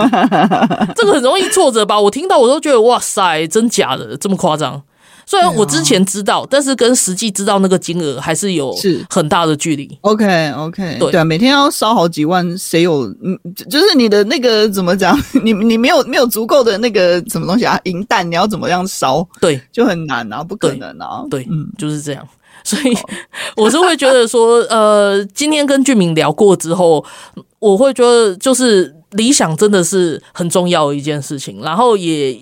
S1: 这个很容易挫折吧？我听到我都觉得，哇塞，真假的这么夸张？虽然我之前知道，但是跟实际知道那个金额还是有
S2: 嗯是
S1: 很大的距离。
S2: OK OK
S1: 对
S2: 对啊，每天要烧好几万，谁有嗯，就就是你的那个怎么讲， 你你没有没有足够的那个什么东西啊，银弹你要怎么样烧
S1: 对
S2: 就很难啊，不可
S1: 对
S2: 能啊，
S1: 对，
S2: 嗯。
S1: 就是这样。 所以
S2: 哦
S1: 我是会觉得说，呃，今天跟俊明聊过之后，我会觉得就是理想真的是很重要的一件事情，然后也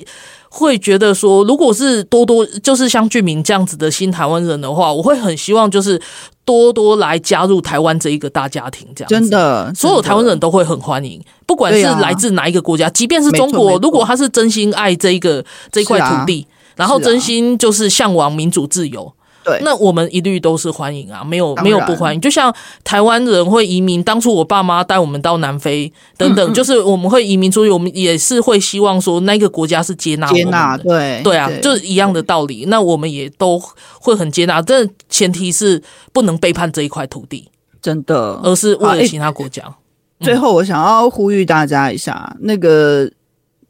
S1: 会觉得说，如果是多多就是像俊明这样子的新台湾人的话，我会很希望就是多多来加入台湾这一个大家庭，这样子
S2: 真。的，
S1: 所有台湾
S2: 真的
S1: 人都会很欢迎，不管是
S2: 对啊
S1: 来自哪一个国家，即便是中
S2: 没错
S1: 国，
S2: 没错
S1: 如果他是真心爱这一个这一块
S2: 是啊
S1: 土地，然后
S2: 是啊
S1: 真心就是向往民主自由，
S2: 对，
S1: 那我们一律都是欢迎啊，没有
S2: 当然
S1: 没有不欢迎。就像台湾人会移民，当初我爸妈带我们到南非等
S2: 嗯
S1: 等，就是我们会移民出去，我们也是会希望说那个国家是接纳我
S2: 接
S1: 们的
S2: 纳对
S1: 对啊，就是一样的道理。那我们也都会很接纳，但前提是不能背叛这一块土地，
S2: 真的。
S1: 而是为
S2: 哦好哎
S1: 了
S2: 诶
S1: 其他国家。嗯
S2: 最后，我想要呼吁大家一下，那个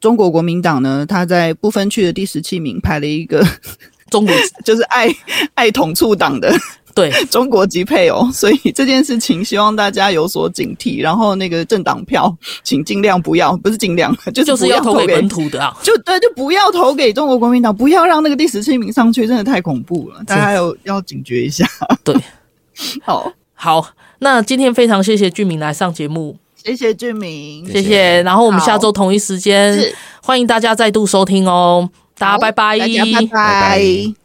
S2: 中国国民党呢，他在不分区的第十七名排了一个
S1: 中国
S2: 就是爱 爱统促党的
S1: 对
S2: 中国籍配偶，所以这件事情希望大家有所警惕。然后那个政党票，请尽量不要，不是尽量， 就是
S1: 就
S2: 不
S1: 是要投
S2: 投
S1: 给本土的啊。
S2: 就对，就不要投给中国国民党，不要让那个第十七名上去，真的太恐怖了，大家有要警觉一下。
S1: 对，
S2: 好，
S1: 好，那今天非常谢谢俊明来上节目，
S2: 谢谢俊明，
S1: 谢谢。然后我们
S2: 好
S1: 下周同一时间
S2: 是
S1: 欢迎大家再度收听哦，大家拜拜，
S2: 大家拜
S3: 拜
S2: 拜